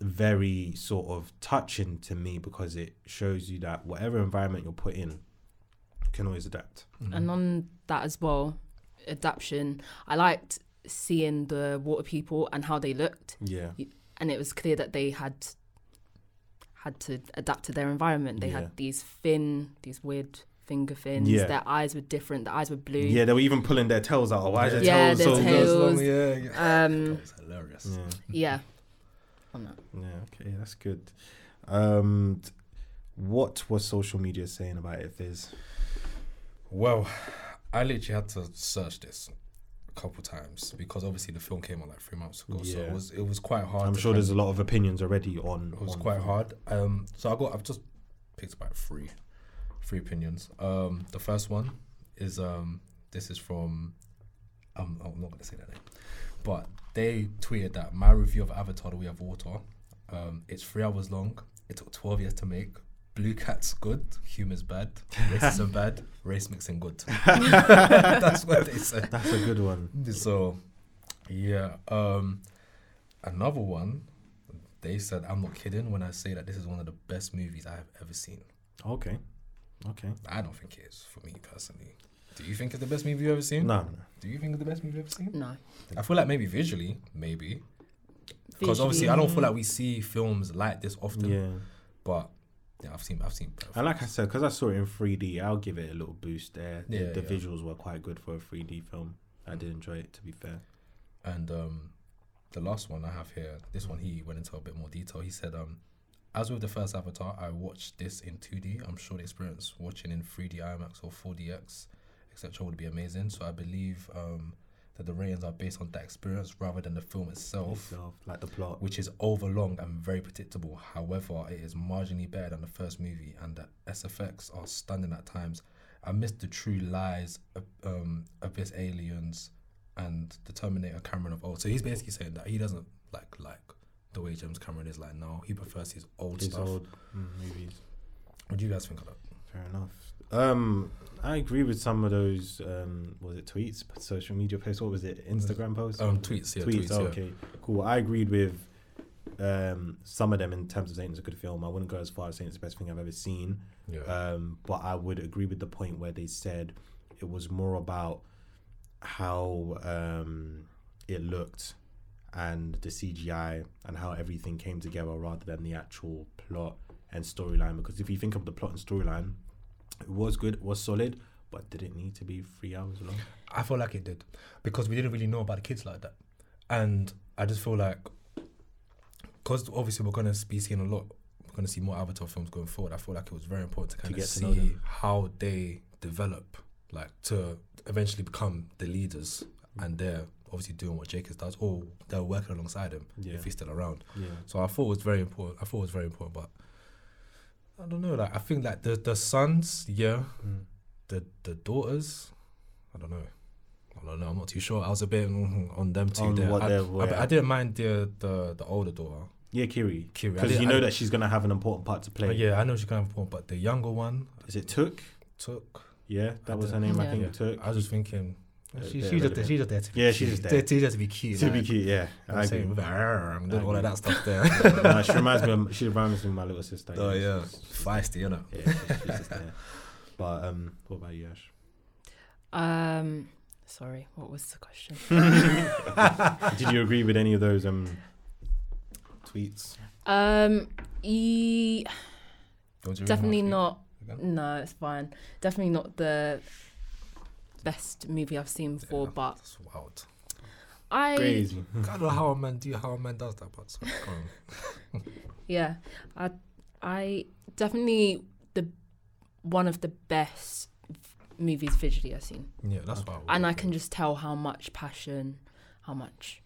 Speaker 1: very sort of touching to me because it shows you that whatever environment you're put in, you can always adapt.
Speaker 3: and
Speaker 2: Mm-hmm.
Speaker 3: on that as well, adaptation. I liked seeing the water people and how they looked,
Speaker 1: Yeah.
Speaker 3: and it was clear that they had had to adapt to their environment. They
Speaker 1: Yeah.
Speaker 3: had these thin, these weird finger fins.
Speaker 1: Yeah.
Speaker 3: Their eyes were different. Their eyes were blue.
Speaker 1: Yeah, they were even pulling their tails out. Why is their
Speaker 3: Yeah,
Speaker 1: tails
Speaker 3: their
Speaker 1: so
Speaker 2: Those
Speaker 3: tails.
Speaker 2: long- Yeah, yeah.
Speaker 3: Um,
Speaker 2: That was hilarious.
Speaker 1: Yeah.
Speaker 3: yeah. On that.
Speaker 1: Yeah, okay, that's good. Um, t- what was social media saying about it, Fizz?
Speaker 2: Well, I literally had to search this a couple times because obviously the film came out like three months ago, so
Speaker 1: Yeah.
Speaker 2: it was it was quite hard.
Speaker 1: I'm
Speaker 2: to
Speaker 1: sure
Speaker 2: kind
Speaker 1: there's a lot of opinions already on.
Speaker 2: of- it was
Speaker 1: on-
Speaker 2: quite hard. Um, so I got I've just picked about three, three opinions. Um, the first one is um, this is from I'm, I'm not going to say that name, but they tweeted that my review of Avatar: The Way of Water. Um, it's three hours long. It took twelve years to make. Blue cat's good, humor's bad, racism bad, race mixing good. That's what they said.
Speaker 1: That's a good one.
Speaker 2: So, yeah. Um, another one, they said, I'm not kidding when I say that this is one of the best movies I have ever seen.
Speaker 1: Okay. Okay.
Speaker 2: I don't think it is for me personally. Do you think it's the best movie you've ever seen?
Speaker 1: No, no, no.
Speaker 2: Do you think it's the best movie you've ever seen?
Speaker 3: No.
Speaker 2: I feel like maybe visually, maybe. Because obviously, I don't feel like we see films like this often.
Speaker 1: Yeah.
Speaker 2: But yeah, I've seen, I've seen. better
Speaker 1: And like I
Speaker 2: films.
Speaker 1: said, because I saw it in 3D, I'll give it a little boost there. The,
Speaker 2: Yeah, Mm.
Speaker 1: the
Speaker 2: yeah.
Speaker 1: visuals were quite good for a 3D film. I did enjoy it, to be fair.
Speaker 2: And um, the last one I have here, this one he went into a bit more detail. He said, um, as with the first Avatar, I watched this in 2D. I'm sure the experience watching in 3D IMAX or 4DX, etc., would be amazing. So I believe um, that the ratings are based on that experience rather than the film itself,
Speaker 1: Itself, like the plot.
Speaker 2: which is overlong and very predictable. However, it is marginally better than the first movie, and the SFX are stunning at times. I missed the True Lies, uh, um, Abyss Aliens, and the Terminator Cameron of old. So he's basically saying that he doesn't like like the way James Cameron is like now. He prefers his old
Speaker 1: His
Speaker 2: stuff.
Speaker 1: old mm, movies.
Speaker 2: What do you guys think of that?
Speaker 1: Fair enough. Um, I agree with some of those. Um, was it tweets, social media posts? What was it? Instagram posts.
Speaker 2: Um, tweets, yeah, tweets.
Speaker 1: tweets. oh,
Speaker 2: yeah.
Speaker 1: okay, cool. I agreed with um some of them in terms of saying it's a good film. I wouldn't go as far as saying it's the best thing I've ever seen.
Speaker 2: Yeah.
Speaker 1: Um, but I would agree with the point where they said it was more about how um, it looked and the CGI and how everything came together rather than the actual plot and storyline. Because if you think of the plot and storyline, it was good, was solid, but did it need to be three hours long?
Speaker 2: I feel like it did because we didn't really know about the kids like that, and I just feel like because obviously we're gonna be seeing a lot, we're gonna see more Avatar films going forward. I feel like it was very important to kind of
Speaker 1: get to know
Speaker 2: see
Speaker 1: them.
Speaker 2: how they develop, like to eventually become the leaders, and they're obviously doing what Jacobs does, or they're working alongside him
Speaker 1: Yeah.
Speaker 2: if he's still around.
Speaker 1: Yeah.
Speaker 2: So I thought it was very important. I thought it was very important, but I don't know. Like I think like the the sons, yeah, the the daughters, I don't know. I don't know. I'm not too sure. I was a bit mm, on them too.
Speaker 1: On
Speaker 2: there.
Speaker 1: what
Speaker 2: I,
Speaker 1: they
Speaker 2: I-
Speaker 1: were.
Speaker 2: I, didn't mind the the the older daughter.
Speaker 1: Yeah, Kiri.
Speaker 2: Kiri. I
Speaker 1: Because
Speaker 2: didn't-
Speaker 1: you know
Speaker 2: I-
Speaker 1: that she's going to have an important part to play.
Speaker 2: But yeah, I know she kind of important, but the younger one
Speaker 1: Is it Took?
Speaker 2: took.
Speaker 1: Yeah, that was her name, I
Speaker 3: Yeah.
Speaker 1: think.
Speaker 2: yeah,
Speaker 1: Took.
Speaker 2: I was just thinking.
Speaker 1: Uh,
Speaker 2: She,
Speaker 1: they're
Speaker 2: she,
Speaker 1: relevant.
Speaker 2: just, she just there to be
Speaker 1: Yeah,
Speaker 2: cute.
Speaker 1: she's just there.
Speaker 2: She, she just to be cute.
Speaker 1: To be
Speaker 2: like,
Speaker 1: cute, yeah.
Speaker 2: you know what I'm saying, with her, and doing all of that stuff there.
Speaker 1: Nah, she reminds me. Of, she reminds me of my little sister.
Speaker 2: oh yeah,
Speaker 1: she's-
Speaker 2: feisty, you know.
Speaker 1: yeah, she's- she's just there. But um, what about you, Ash?
Speaker 3: Um, sorry, what was the question?
Speaker 1: Did you agree with any of those um tweets?
Speaker 3: Um, e-
Speaker 2: Don't you
Speaker 3: definitely
Speaker 2: realize-
Speaker 3: not.
Speaker 2: again?
Speaker 3: No, it's fine. Definitely not the best movie I've seen before,
Speaker 2: Yeah,
Speaker 3: but
Speaker 2: that's wild.
Speaker 3: I
Speaker 1: Crazy.
Speaker 2: I don't know how a man do how a man does that, but sorry, go on.
Speaker 3: yeah, I I definitely the one of the best movies visually I've seen.
Speaker 2: yeah, that's why.
Speaker 3: and I can just tell how much passion, how much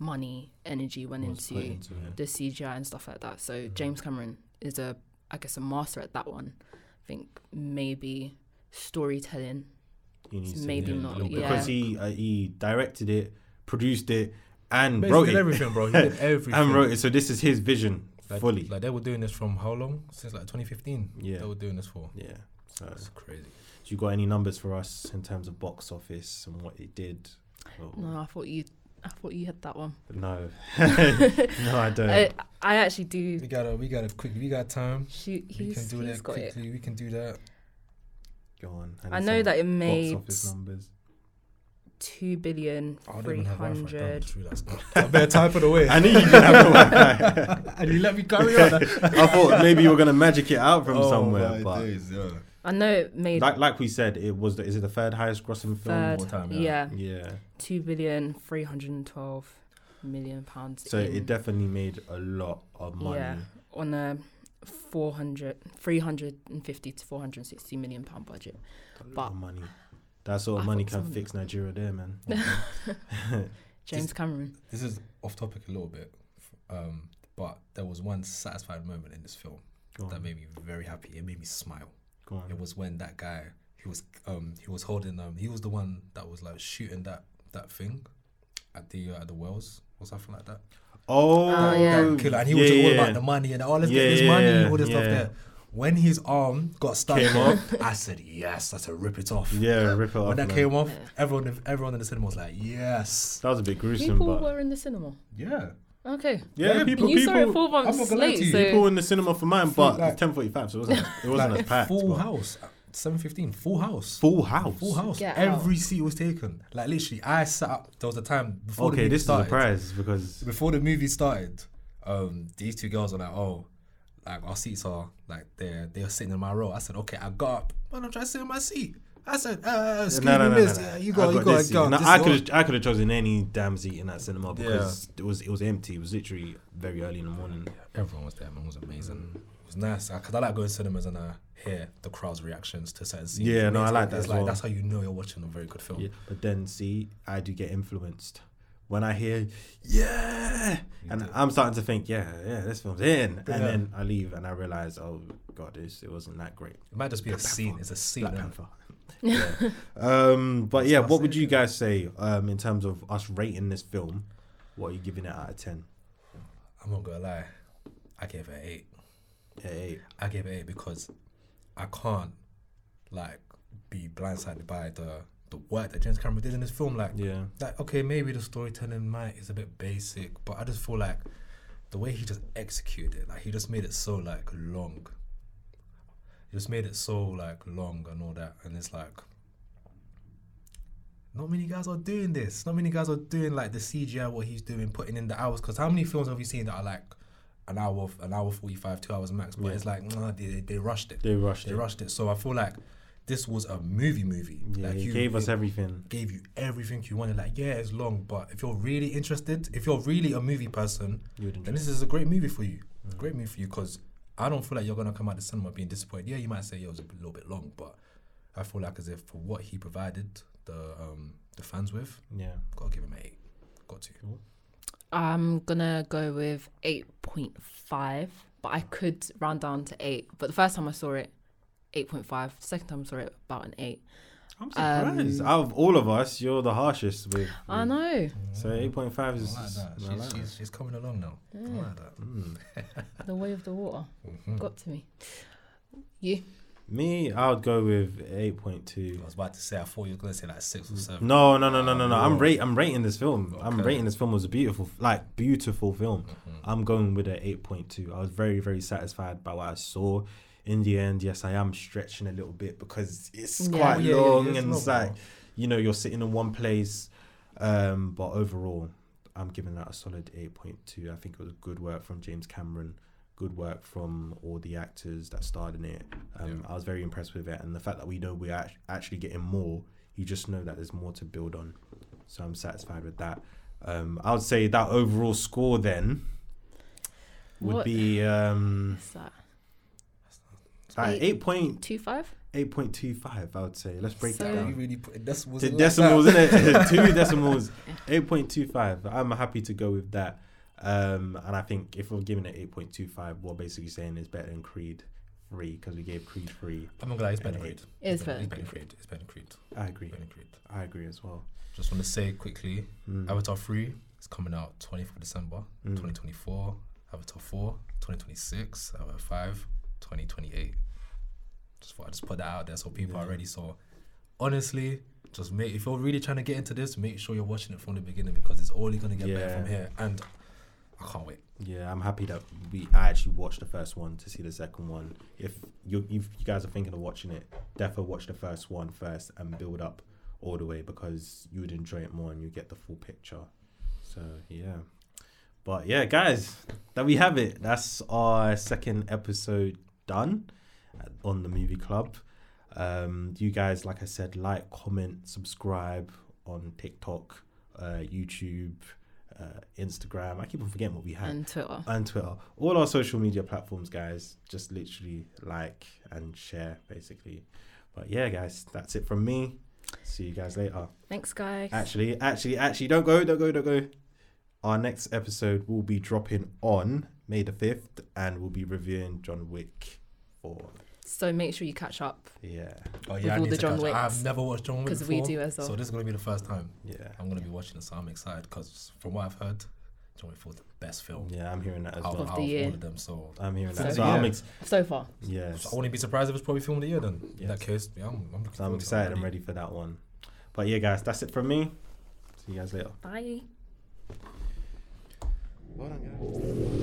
Speaker 3: money, energy went
Speaker 2: Was put
Speaker 3: into
Speaker 2: into it.
Speaker 3: the CGI and stuff like that. So
Speaker 2: Mm.
Speaker 3: James Cameron is a, I guess, a master at that one. I think maybe storytelling,
Speaker 1: He needs to-
Speaker 3: maybe
Speaker 2: yeah,
Speaker 3: not.
Speaker 2: little bit.
Speaker 3: Yeah,
Speaker 1: because he uh, he directed it, produced it, and
Speaker 2: Basically
Speaker 1: wrote
Speaker 2: did
Speaker 1: it
Speaker 2: everything, bro. He did everything.
Speaker 1: and wrote it. So this is his vision
Speaker 2: Like,
Speaker 1: fully.
Speaker 2: Like they were doing this from how long? Since like 2015.
Speaker 1: Yeah.
Speaker 2: They were doing this for.
Speaker 1: yeah. So,
Speaker 2: That's crazy.
Speaker 1: do you got any numbers for us in terms of box office and what it did? Or-
Speaker 3: no, I thought you, I thought you had that one.
Speaker 1: No. no, I don't.
Speaker 3: I, I actually do.
Speaker 2: We got a we got a quick we got time.
Speaker 3: She,
Speaker 2: we can
Speaker 3: he's,
Speaker 2: do
Speaker 3: he's
Speaker 2: that
Speaker 3: got it.
Speaker 2: quickly. We can do that.
Speaker 1: Go on.
Speaker 3: I
Speaker 1: need
Speaker 3: know
Speaker 1: some
Speaker 3: that it
Speaker 1: box
Speaker 3: made
Speaker 1: office numbers.
Speaker 3: two billion
Speaker 2: I don't
Speaker 3: three
Speaker 2: even Oh, have Wi-Fi. Damn,
Speaker 3: hundred.
Speaker 2: that's real, that's good. I better type it away.
Speaker 1: I knew you didn't have a Wi-Fi.
Speaker 2: and you let me carry on.
Speaker 1: I thought maybe you were gonna magic it out from
Speaker 2: Oh,
Speaker 1: somewhere,
Speaker 2: my
Speaker 1: but
Speaker 2: days, yeah.
Speaker 3: I know it made
Speaker 1: like like we said, it was the, is it the third highest grossing film?
Speaker 3: third,
Speaker 2: more time, yeah.
Speaker 3: yeah,
Speaker 1: Yeah,
Speaker 3: two billion three hundred and twelve million pounds.
Speaker 1: so
Speaker 3: in-
Speaker 1: it definitely made a lot of money.
Speaker 3: Yeah, on a 400, 350 to 460 million pound budget.
Speaker 1: A lot
Speaker 3: But-
Speaker 1: of money. That sort of
Speaker 3: I
Speaker 1: money
Speaker 3: thought
Speaker 1: can
Speaker 3: some-
Speaker 1: fix Nigeria, there, man.
Speaker 3: James Cameron.
Speaker 2: This is off topic a little bit, um, but there was one satisfied moment in this film
Speaker 1: Go on.
Speaker 2: that made me very happy. It made me smile.
Speaker 1: Go on.
Speaker 2: it was when that guy he was um he was holding um he was the one that was like shooting that that thing at the uh, at the wells or something like that.
Speaker 1: Oh,
Speaker 3: Oh, yeah.
Speaker 2: That killer, and he was
Speaker 1: yeah,
Speaker 2: all
Speaker 1: yeah.
Speaker 2: about the money and all this,
Speaker 1: Yeah,
Speaker 2: this
Speaker 1: yeah,
Speaker 2: money,
Speaker 1: yeah,
Speaker 2: all this stuff
Speaker 1: yeah.
Speaker 2: there. When his arm got stuck,
Speaker 1: Came
Speaker 2: I said yes, that's a rip it off.
Speaker 1: Yeah, rip it off.
Speaker 2: When that
Speaker 1: man.
Speaker 2: came off, everyone everyone in the cinema was like yes,
Speaker 1: that was a bit gruesome,
Speaker 3: People
Speaker 1: but
Speaker 3: were in the cinema.
Speaker 2: yeah.
Speaker 3: Okay.
Speaker 1: yeah, people,
Speaker 3: you
Speaker 1: people,
Speaker 3: saw it four
Speaker 2: I'm not
Speaker 3: months
Speaker 2: gonna lie to
Speaker 3: late,
Speaker 2: you,
Speaker 3: so
Speaker 1: people in the cinema for mine, but
Speaker 2: like-
Speaker 1: it's ten forty five, so it wasn't it wasn't as packed.
Speaker 2: full
Speaker 1: but-
Speaker 2: house, seven fifteen, full house.
Speaker 1: Full house.
Speaker 2: Full house.
Speaker 3: Get
Speaker 2: Every seat was taken. Like literally, I sat up. There was a time before the
Speaker 1: Okay,
Speaker 2: movie
Speaker 1: this is a
Speaker 2: started.
Speaker 1: surprise because
Speaker 2: Before the movie started, um, these two girls were like, "Oh, like our seats are like they're they're sitting in my row." I said, "Okay," I got up, man. I'm trying to sit in my seat. I said, uh, "Excuse
Speaker 1: no, no,
Speaker 2: me,
Speaker 1: no,
Speaker 2: miss.
Speaker 1: no, no.
Speaker 2: Yeah, you
Speaker 1: I
Speaker 2: got, you got,
Speaker 1: this
Speaker 2: you got.
Speaker 1: seat. No,
Speaker 2: this
Speaker 1: I
Speaker 2: is
Speaker 1: could
Speaker 2: yours."
Speaker 1: have, I could have chosen any damn seat in that cinema because it was it was empty. It was literally very early in the morning.
Speaker 2: Everyone was there, man. It was amazing. Mm. It was nice. Because I like going to cinemas and I hear the crowd's reactions to certain scenes.
Speaker 1: Yeah,
Speaker 2: It
Speaker 1: no,
Speaker 2: makes
Speaker 1: I like
Speaker 2: it-
Speaker 1: that
Speaker 2: it's
Speaker 1: as well.
Speaker 2: That's how you know you're watching a very good film.
Speaker 1: Yeah, but then see, I do get influenced when I hear yeah, and I'm starting to think yeah, yeah, this film's in, and
Speaker 2: Yeah.
Speaker 1: then I leave and I realize oh god, this it wasn't that great.
Speaker 2: It might just be a scene. It's a scene.
Speaker 1: Black
Speaker 2: innit?
Speaker 1: Panther. um, but yeah,
Speaker 2: That's
Speaker 1: what would you
Speaker 2: it.
Speaker 1: guys say um, in terms of us rating this film? What are you giving it out of ten?
Speaker 2: I'm not gonna lie. I gave it an eight.
Speaker 1: Yeah, eight.
Speaker 2: I gave it an eight because I can't like be blindsided by the the work that James Cameron did in this film. Like,
Speaker 1: Yeah.
Speaker 2: like okay, maybe the storytelling might is a bit basic, but I just feel like the way he just executed it, like he just made it so like long. He just made it so like long and all that, and it's like. Not many guys are doing this. Not many guys are doing like the CGI what he's doing, putting in the hours. Because how many films have you seen that are like an hour, an hour forty five, two hours max? But it's like nah, they, they- they rushed it.
Speaker 1: They rushed
Speaker 2: They
Speaker 1: it.
Speaker 2: rushed it. So I feel like this was a movie movie.
Speaker 1: Yeah,
Speaker 2: like
Speaker 1: he gave us everything.
Speaker 2: gave you everything you wanted. Like, yeah, it's long, but if you're really interested, if you're really a movie person,
Speaker 1: You would enjoy
Speaker 2: then this is a great movie for you. It's a Great movie for you because I don't feel like you're gonna come out the cinema being disappointed. Yeah, you might say yeah, it was a little bit long, but I feel like as if for what he provided the um the fans with,
Speaker 1: Yeah.
Speaker 2: gotta give him an eight. Got to.
Speaker 3: I'm gonna go with 8.5, but I could round down to 8. But the first time I saw it, 8.5. Second time I saw it, about an 8.
Speaker 1: I'm surprised. Out of all of us, you're the harshest with.
Speaker 3: I know.
Speaker 1: So 8.5 is. Hmm.
Speaker 2: I like that.
Speaker 1: I
Speaker 2: She's,
Speaker 1: like that.
Speaker 2: she's, she's coming along now.
Speaker 3: Mm.
Speaker 2: I like that.
Speaker 3: The way of the water
Speaker 2: Mhm.
Speaker 3: got to me. You?
Speaker 1: Me, I would go with 8.2.
Speaker 2: I was about to say I thought you were gonna say like six
Speaker 1: Mm.
Speaker 2: or seven.
Speaker 1: No, no, no, no, no, no. I'm
Speaker 2: Whoa.
Speaker 1: rate. I'm rating this film. I'm
Speaker 2: Okay. Mm-hmm.
Speaker 1: rating this film as a beautiful, like beautiful film. I'm going with an 8.2. I was very, very satisfied by what I saw. In the end, yes, I am stretching a little bit because it's
Speaker 3: Yeah.
Speaker 1: quite
Speaker 2: Oh, Yeah, yeah, yeah,
Speaker 1: long
Speaker 2: it's
Speaker 1: and it's
Speaker 2: long.
Speaker 1: like, you know, you're sitting in one place. Um, but overall, I'm giving that a solid 8.2. I think it was good work from James Cameron. Good work from all the actors that starred in it. Um, I was very impressed with it, and the fact that we know we're act- actually getting more, you just know that there's more to build on. So I'm satisfied with that. Um, I would say that overall score then would
Speaker 3: What?
Speaker 1: be um,
Speaker 3: What's that?
Speaker 1: like
Speaker 3: Eight.
Speaker 1: 8 point
Speaker 3: 2.5?
Speaker 1: 8.25 I would say. Let's break
Speaker 3: So-
Speaker 1: that
Speaker 2: Yeah, you
Speaker 1: down.
Speaker 2: really put decimals.
Speaker 1: The
Speaker 2: in like
Speaker 1: decimals
Speaker 2: that.
Speaker 1: in it, two decimals, 8.25. I'm happy to go with that. Um, and I think if we're giving it 8.25, we're basically saying it's better than Creed 3 because we gave Creed 3.
Speaker 2: I'm not gonna lie, it's better than
Speaker 1: An
Speaker 2: Creed.
Speaker 3: It is
Speaker 2: It's
Speaker 3: better than
Speaker 2: better than Creed. It's better than Creed.
Speaker 1: I agree.
Speaker 2: Better than Creed.
Speaker 1: I agree as well.
Speaker 2: Just want to say quickly,
Speaker 1: Mm.
Speaker 2: Avatar 3 is coming out 20th of December,
Speaker 3: Hmm.
Speaker 2: 2024. Avatar 4, 2026. Avatar 5, 2028. Just thought I just put that out there so people already saw. Honestly, just make if you're really trying to get into this, make sure you're watching it from the beginning because it's only gonna get better
Speaker 1: Yeah.
Speaker 2: from here. And I can't wait.
Speaker 1: Yeah, I'm happy that we I actually watched the first one to see the second one. If you if you guys are thinking of watching it, definitely watch the first one first and build up all the way because you would enjoy it more and you get the full picture. So yeah, but yeah, guys, that we have it. That's our second episode done at- on the movie club. Um, you guys, like I said, like, comment, subscribe on TikTok, uh, YouTube, uh, Instagram. I keep on forgetting what we had
Speaker 3: And Twitter.
Speaker 1: and Twitter. All our social media platforms, guys. Just literally like and share, basically. But yeah, guys, that's it from me. See you guys later.
Speaker 3: Thanks, guys.
Speaker 1: Actually, actually, actually, don't go, don't go, don't go. Our next episode will be dropping on May the 5th and we'll be reviewing John Wick or
Speaker 3: So make sure you catch up.
Speaker 1: yeah,
Speaker 2: Oh
Speaker 3: With
Speaker 2: yeah, I
Speaker 3: all
Speaker 2: need
Speaker 3: the
Speaker 2: to
Speaker 3: John
Speaker 2: catch up.
Speaker 3: Wicks.
Speaker 2: I've never watched John Wick
Speaker 3: 'Cause we
Speaker 2: before,
Speaker 3: do as well.
Speaker 2: so this is gonna be the first time
Speaker 1: yeah,
Speaker 2: I'm gonna be watching this. So I'm excited because from what I've heard, John Wick 4 is the best film
Speaker 1: yeah. I'm hearing that as
Speaker 2: out
Speaker 1: well.
Speaker 3: the
Speaker 2: out of
Speaker 3: year.
Speaker 2: all of them. So
Speaker 1: I'm hearing
Speaker 3: So-
Speaker 1: that. So I'm
Speaker 2: Yeah.
Speaker 1: ex-
Speaker 3: So far,
Speaker 1: yes.
Speaker 2: I wouldn't be surprised if it's probably film of the year then. In
Speaker 1: Yes.
Speaker 2: that case, yeah, I'm, I'm looking
Speaker 1: So I'm
Speaker 2: forward to it
Speaker 1: excited. I'm
Speaker 2: already.
Speaker 1: ready for that one. But yeah, guys, that's it from me. See you guys later.
Speaker 3: bye.
Speaker 1: Well done, guys.